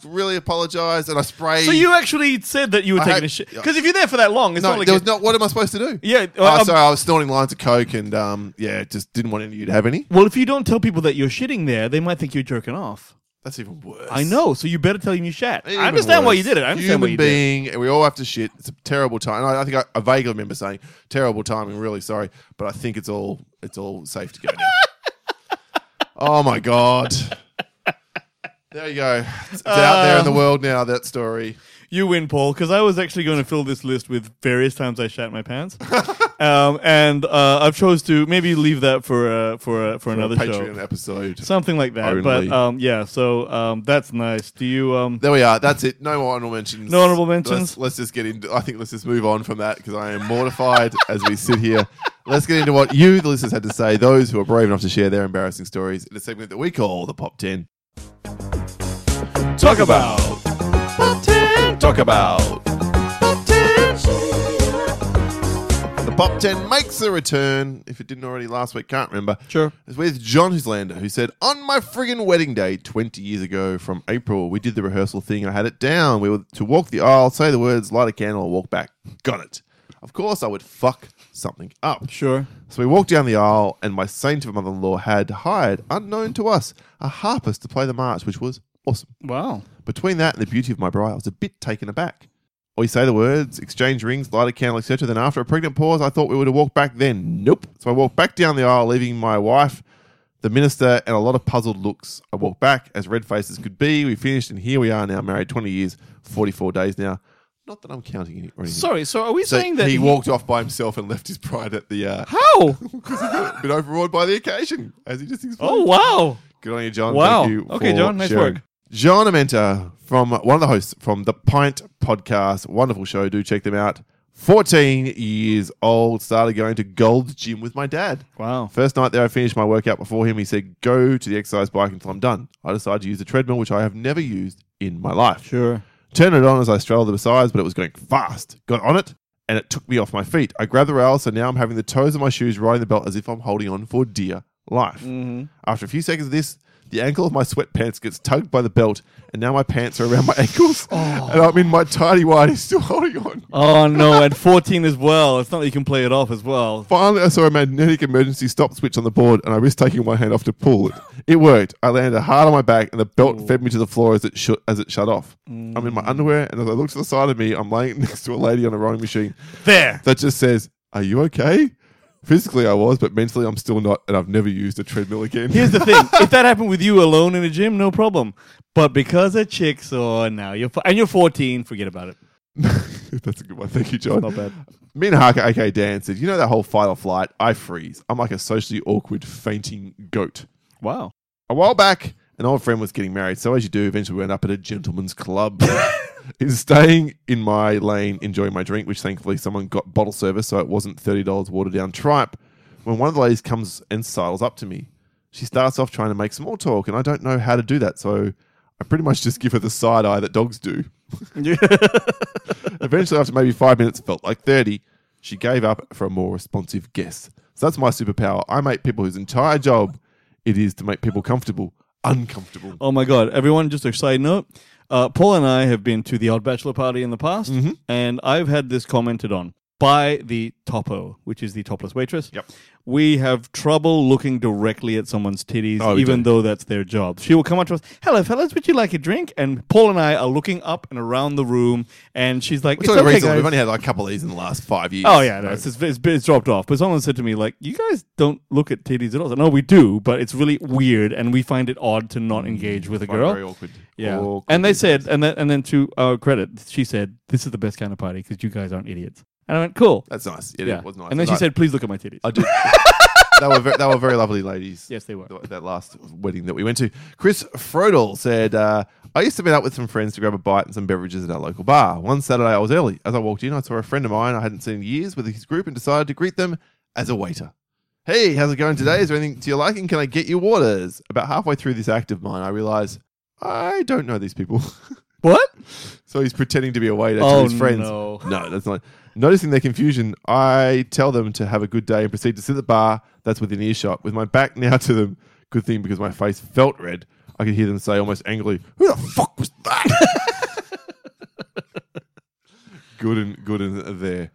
really apologize." And I spray.
fucking- so you actually said that you were
I
taking
had-
a shit because if you're there for that long, it's
no,
not like
there
it-
was not. What am I supposed to do?
Yeah,
oh,
uh, um,
sorry, I was snorting lines of coke and um, yeah, just didn't want any of you to have any.
Well, if you don't tell people that you're shitting there, they might think you're jerking off.
That's even worse.
I know, so you better tell them you shat.
Even
I understand why
worse.
you did it. I understand
Human
why you did. it.
being, and we all have to shit. It's a terrible time. And I, I think I, I vaguely remember saying terrible timing. Really sorry, but I think it's all it's all safe to go now. oh my god. There you go. It's, it's out there in
Um,
the world now. That story.
You win, Paul, because I was actually going to fill this list with various times I shat my pants, um, and uh, I've chose to maybe leave that for uh, for uh, for
for a
another
Patreon
show,
episode.
something like that.
Only.
But um, yeah, so um, that's nice. Do you? Um,
there we are. That's it. No more honorable mentions.
No honorable mentions?
Let's, let's just get into. I think let's just move on from that because I am mortified as we sit here. Let's get into what you, the listeners, had to say, those who are brave enough to share their embarrassing stories in a segment that we call the Pop 10. Talk about Pop 10. Talk about Pop 10. The Pop 10 makes a return, if it didn't already last week, can't remember.
Sure.
It's with John Huslander, who said, On my friggin' wedding day 20 years ago from April, we did the rehearsal thing and I had it down. We were to walk the aisle, say the words, light a candle, and walk back. Got it. Of course, I would fuck something up.
Sure.
So we walked down the aisle, and my saint of a mother in law had hired, unknown to us, a harpist to play the march, which was awesome.
Wow.
Between that and the beauty of my bride, I was a bit taken aback. We say the words, exchange rings, light a candle, etc. Then after a pregnant pause, I thought we would have walked back then. Nope. So I walked back down the aisle, leaving my wife, the minister, and a lot of puzzled looks. I walked back as red faces could be. We finished, and here we are now, married 20 years, 44 days now. Not that I'm counting any or anything.
Sorry. So are we
So
saying that
he walked off by himself and left his bride at the uh,
How?
because he got a bit overawed by the occasion, as he just explained.
Oh wow.
Good on you, John.
Wow.
Thank you
Okay,
for
John, nice
sharing.
work.
John Amenta from one of the hosts from the Pint Podcast. Wonderful show. Do check them out. 14 years old, started going to Gold's Gym with my dad.
Wow.
First night there, I finished my workout before him. He said, Go to the exercise bike until I'm done. I decided to use the treadmill, which I have never used in my life.
Sure.
Turn it on as I straddled the besides, but it was going fast. Got on it, and it took me off my feet. I grabbed the rail, so now I'm having the toes of my shoes riding the belt as if I'm holding on for dear life. After a few seconds of this, the ankle of my sweatpants gets tugged by the belt, and now my pants are around my ankles, and I'm in my tidy whities still holding on.
Oh no, at 14 as well. It's not that you can play it off as well.
Finally, I saw a magnetic emergency stop switch on the board, and I risked taking my hand off to pull it. It worked. I landed hard on my back, and the belt fed me to the floor as it shut as it shut off. I'm in
Mm.
my underwear, and as I look to the side of me, I'm laying next to a lady on a rowing machine
There.
that just says, "Are you okay?" Physically, I was, but mentally, I'm still not, and I've never used a treadmill again.
Here's the thing. if that happened with you alone in a gym, no problem. But because a chick saw now you're f- and you're 14, forget about it.
That's a good one. Thank you, John.
Not bad.
Min Harker, aka Dan, said, "You know that whole fight or flight? I freeze. I'm like a socially awkward fainting goat."
Wow.
a while back, an old friend was getting married. So, as you do, eventually we end up at a gentleman's club. Is staying in my lane, enjoying my drink, which thankfully someone got bottle service, so it wasn't $30 watered down tripe. When one of the ladies comes and sidles up to me, she starts off trying to make small talk, and I don't know how to do that, so I pretty much just give her the side eye that dogs do. Eventually, after maybe five minutes, felt like 30, she gave up for a more responsive guess. So that's my superpower. I make people whose entire job it is to make people comfortable, uncomfortable.
Oh my god, everyone! Just a side note: uh, Paul and I have been to the odd bachelor party in the past,
Mm-hmm.
and I've had this commented on by the topo, which is the topless waitress.
Yep.
We have trouble looking directly at someone's titties,
Oh, we
even
do.
though that's their job. She will come up to us, "Hello, fellas, would you like a drink?" And Paul and I are looking up and around the room, and she's like,
It's
"It's
only
okay,
recently.
guys."
We've only had like a couple of these in the last five years.
Oh yeah, no, it's, it's, it's, it's dropped off. But someone said to me like, "You guys don't look at titties at all." I said, no, we do, but it's really weird, and we find it odd to
Mm,
not engage with a
Right,
girl.
very awkward.
Yeah.
Awkward.
And they said, and then and then to our credit, she said, "This is the best kind of party because you guys aren't idiots." And I went, "Cool."
that's nice. Yeah,
yeah.
it was nice.
And then she
I-
said, "Please look at my titties."
I did. they were very, they were very lovely ladies.
Yes, they were.
Th- That last wedding that we went to. Chris Frodel said, uh, "I used to meet up with some friends to grab a bite and some beverages at our local bar. One Saturday, I was early. As I walked in, I saw a friend of mine I hadn't seen in years with his group and decided to greet them as a waiter." Hey, how's it going today? Is there anything to your liking? Can I get you waters? About halfway through this act of mine, I realize I don't know these people.
"What?"
So he's pretending to be a waiter
Oh,
to his friends.
no.
that's not. Noticing their confusion, I tell them to have a good day and proceed to sit at the bar that's within earshot. With my back now to them, good thing because my face felt red, I could hear them say almost angrily, Who the fuck was that? good and good and there.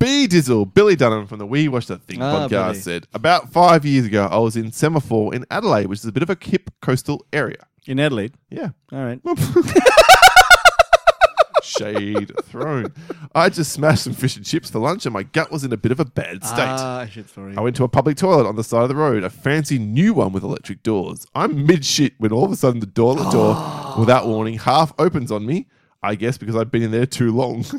B Dizzle, Billy Dunham from the We Watch the Thing
Ah,
podcast
Billy.
said, About five years ago, I was in Semaphore in Adelaide, which is a bit of a hip coastal area.
In Adelaide.
Yeah.
All right.
Shade thrown. I just smashed some fish and chips for lunch, and my gut was in a bit of a bad state.
Ah, shit, sorry.
I went to a public toilet on the side of the road, a fancy new one with electric doors. I'm mid shit when all of a sudden the toilet door, without warning, half opens on me. I guess because I've been in there too long.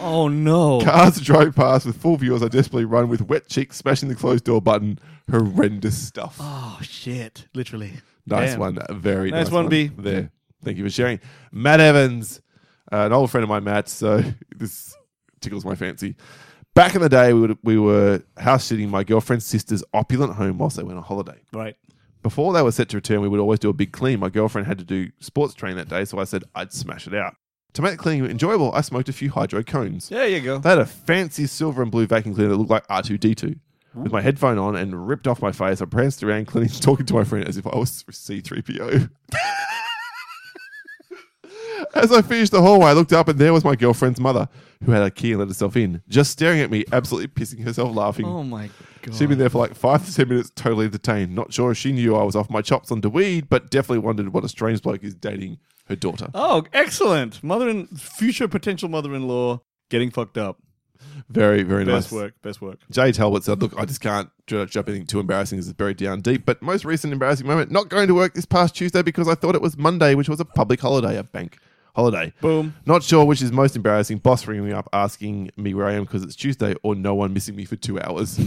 Oh no.
Cars drove past with full view as I desperately run with wet cheeks, smashing the closed door button. Horrendous stuff.
Oh shit. Literally.
Nice
Damn.
one. Very nice,
Nice one, B.
There. Thank you for sharing. Matt Evans, uh, an old friend of mine, Matt. So this tickles my fancy. Back in the day, we, would, we were house sitting my girlfriend's sister's opulent home whilst they went on holiday.
Right.
Before they were set to return, we would always do a big clean. My girlfriend had to do sports training that day, so I said I'd smash it out. To make the clean enjoyable, I smoked a few hydro cones.
There you go.
They had a fancy silver and blue vacuum cleaner that looked like R2D2. With my headphone on and ripped off my face, I pranced around cleaning, talking to my friend as if I was C3PO. as I finished the hallway, I looked up and there was my girlfriend's mother, who had a key and let herself in, just staring at me, absolutely pissing herself laughing.
Oh my god.
Mm. She'd been there for like five to ten minutes, totally entertained. Not sure if she knew I was off my chops on weed, but definitely wondered what a strange bloke is dating her daughter.
Oh, excellent. Mother and future potential mother-in-law getting fucked up.
Very, very
Best
nice.
work. Best work.
Jay Talbot said, Look, I just can't dredge up anything too embarrassing as it's buried down deep. But most recent embarrassing moment, not going to work this past Tuesday because I thought it was Monday, which was a public holiday, a bank holiday.
Boom.
Not sure which is most embarrassing. Boss ringing me up asking me where I am because it's Tuesday or no one missing me for two hours.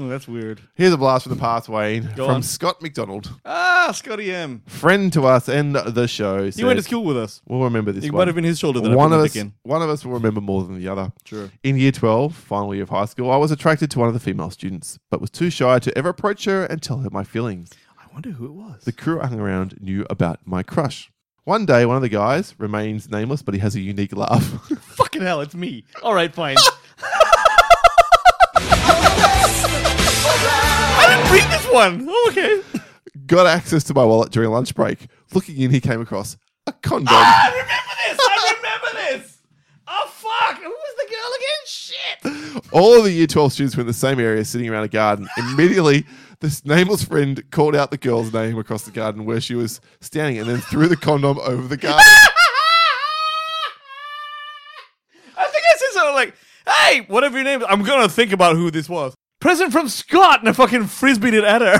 Oh, that's weird.
Here's a blast from the past, Wayne,
Go
from
on.
Scott McDonald,
Ah, Scotty M.
friend to us and the show.
He went to
says-
school with us.
We'll remember this
It
one.
might have been his shoulder that I
one
put
of
the
us,
dick in.
One of us will remember more than the other.
True.
In year 12, final year of high school, I was attracted to one of the female students, but was too shy to ever approach her and tell her my feelings.
I wonder who it was.
The crew I hung around knew about my crush. One day, one of the guys remains nameless, but he has a unique laugh.
Fucking hell, it's me. All right, fine. I didn't read this one. Oh, okay.
Got access to my wallet during lunch break. Looking in, he came across a condom.
I remember this. I remember this. Oh fuck! Who was the girl again? Shit.
All the year 12 students were in the same area sitting around a garden. Immediately, this nameless friend called out the girl's name across the garden where she was standing and then threw the condom over the garden.
Ah!
I think I said something like, "Hey, whatever your name is, I'm gonna think about who this was." Present from Scott, and I fucking frisbeed it at her.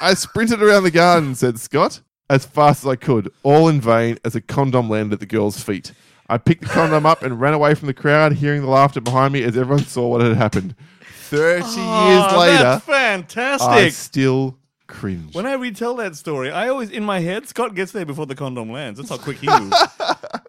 I sprinted around the garden, said Scott, as fast as I could, all in vain as a condom landed at the girl's feet. I picked the condom up and ran away from the crowd, hearing the laughter behind me as everyone saw what had happened. 30 years
Oh,
later,
that's fantastic.
I still cringe.
When I retell that story, I always in my head Scott gets there before the condom lands. That's how quick he moves.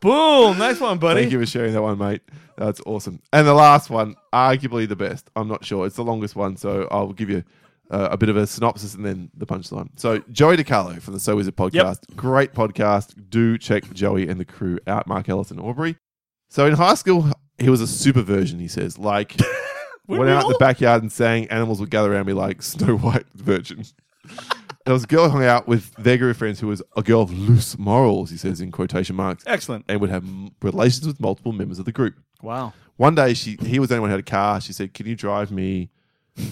Boom! Nice one, buddy.
Thank you for sharing that one, mate. That's awesome. And the last one, arguably the best. I'm not sure. It's the longest one, so I'll give you uh, a bit of a synopsis and then the punchline. So, Joey DiCarlo from the So Is It podcast. Great podcast. Do check Joey and the crew out, Mark Ellis and Aubrey. So, in high school, he was a super virgin, he says. Like,
Were
went
we
out in the
all?
backyard and sang. Animals would gather around me like Snow White virgin. There was a girl I hung out with their group of friends who was a girl of loose morals, he says in quotation marks
Excellent.
and would have m- relations with multiple members of the group.
Wow.
One day, she he was the only one who had a car. She said, "Can you drive me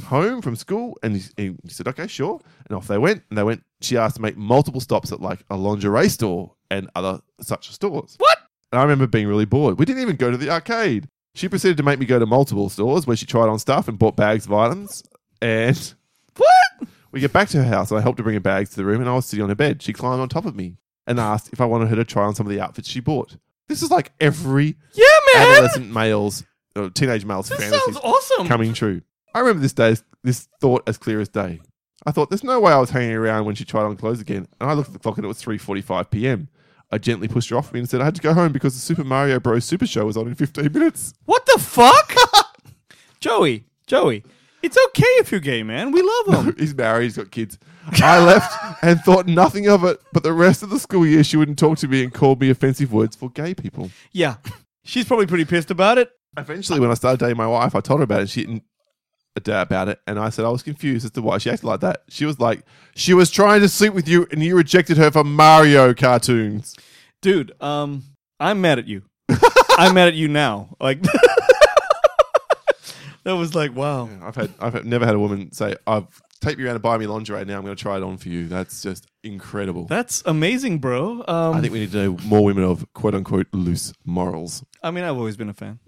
home from school?" And he, and he said, "Okay, sure." And off they went. And they went. She asked to make multiple stops at like a lingerie store and other such stores.
What?
And I remember being really bored. We didn't even go to the arcade. She proceeded to make me go to multiple stores where she tried on stuff and bought bags of items. And
What?
we get back to her house. I helped her bring her bags to the room, and I was sitting on her bed. She climbed on top of me and asked if I wanted her to try on some of the outfits she bought. This is like every
Yeah, man.
adolescent males, or teenage males'
This
fantasies
sounds awesome.
coming true. I remember this day, as- this thought as clear as day. I thought there's no way I was hanging around when she tried on clothes again, and I looked at the clock and it was 3:45 p.m. I gently pushed her off me and said I had to go home because the Super Mario Bros. Super Show was on in 15 minutes.
What the fuck? Joey, Joey, it's okay if you're gay, man. We love him.
He's married, he's got kids. I left and thought nothing of it, but the rest of the school year she wouldn't talk to me and called me offensive words for gay people.
yeah. She's probably pretty pissed about it.
Eventually, when I started dating my wife, I told her about it. She didn't ad- about it, and I said I was confused as to why she acted like that. She was like, she was trying to sleep with you, and you rejected her for Mario cartoons.
Dude, um, I'm mad at you. I'm mad at you now. Like That was like, wow.
I've had, I've had- never had a woman say, "I've take me around and buy me lingerie." Now I'm going to try it on for you. That's just incredible.
That's amazing, bro. Um,
I think we need to know more women of quote unquote loose morals.
I mean, I've always been a fan.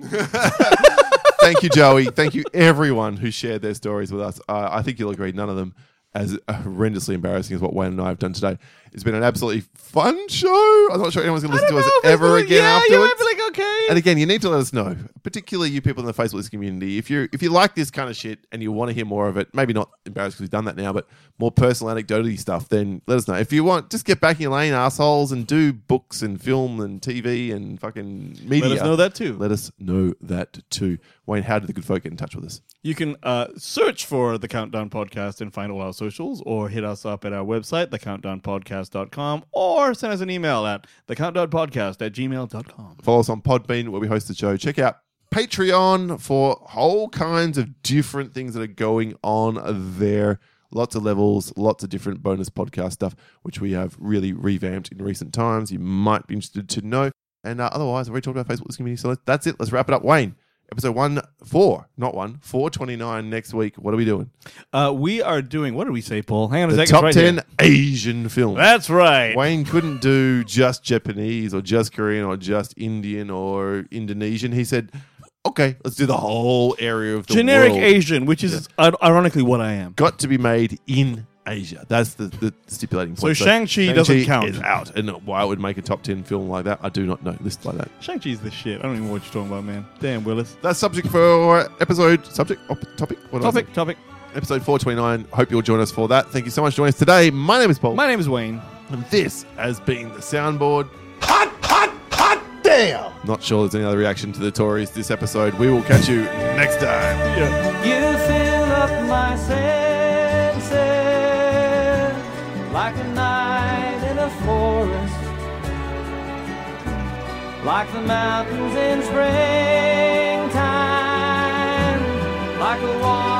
Thank you, Joey. Thank you, everyone who shared their stories with us. Uh, I think you'll agree, none of them as horrendously embarrassing as what Wayne and I have done today. It's been an absolutely fun show. I'm not sure anyone's going to listen to us
know if it's
ever
really-
again
yeah,
afterwards.
Yeah, I'd be like, okay.
And again, you need to let us know, particularly you people in the Faceless community. If you if you like this kind of shit and you want to hear more of it, maybe not embarrassed because we've done that now, but more personal anecdotally stuff, then let us know. If you want, just get back in your lane, assholes, and do books and film and TV and fucking media.
Let us know that too.
Let us know that too. Wayne, how did the good folk get in touch with us?
You can uh, search for the Countdown Podcast and find all our socials, or hit us up at our website, thecountdownpodcast.com, or send us an email at thecountdownpodcast at gmail.com.
Follow us on Podbean where we host the show. Check out Patreon for all kinds of different things that are going on there. Lots of levels, lots of different bonus podcast stuff, which we have really revamped in recent times. You might be interested to know. And uh, otherwise, I've already talked about Facebook's community. So let that's it. Let's wrap it up. Wayne, episode one, four, not one, 429 next week. What are we doing?
Uh, we are doing, what did we say, Paul? Hang on a
The
second.
top
it's right
10
here.
Asian films.
That's right.
Wayne couldn't do just Japanese or just Korean or just Indian or Indonesian. He said, "Okay, let's do the whole area of the
Generic
world."
Asian, which is ir- ironically what I am.
Got to be made in Asia. That's the, the stipulating
So
point.
Shang-Chi doesn't count.
Is out, and why it would make a top ten film like that, I do not know. List like that.
Shang-Chi's the shit. I don't even know what you're talking about, man. Damn, Willis.
That's subject for episode subject op- topic. What did I
Topic, topic.
say? episode four twenty nine. Hope you'll join us for that. Thank you so much for joining us today. My name is Paul,
My name is Wayne.
and this has been the soundboard.
Hot, hot, hot damn!
Not sure there's any other reaction to the Tories this episode. We will catch you next time.
You fill up my senses like a night in a forest, like the mountains in springtime, like a water.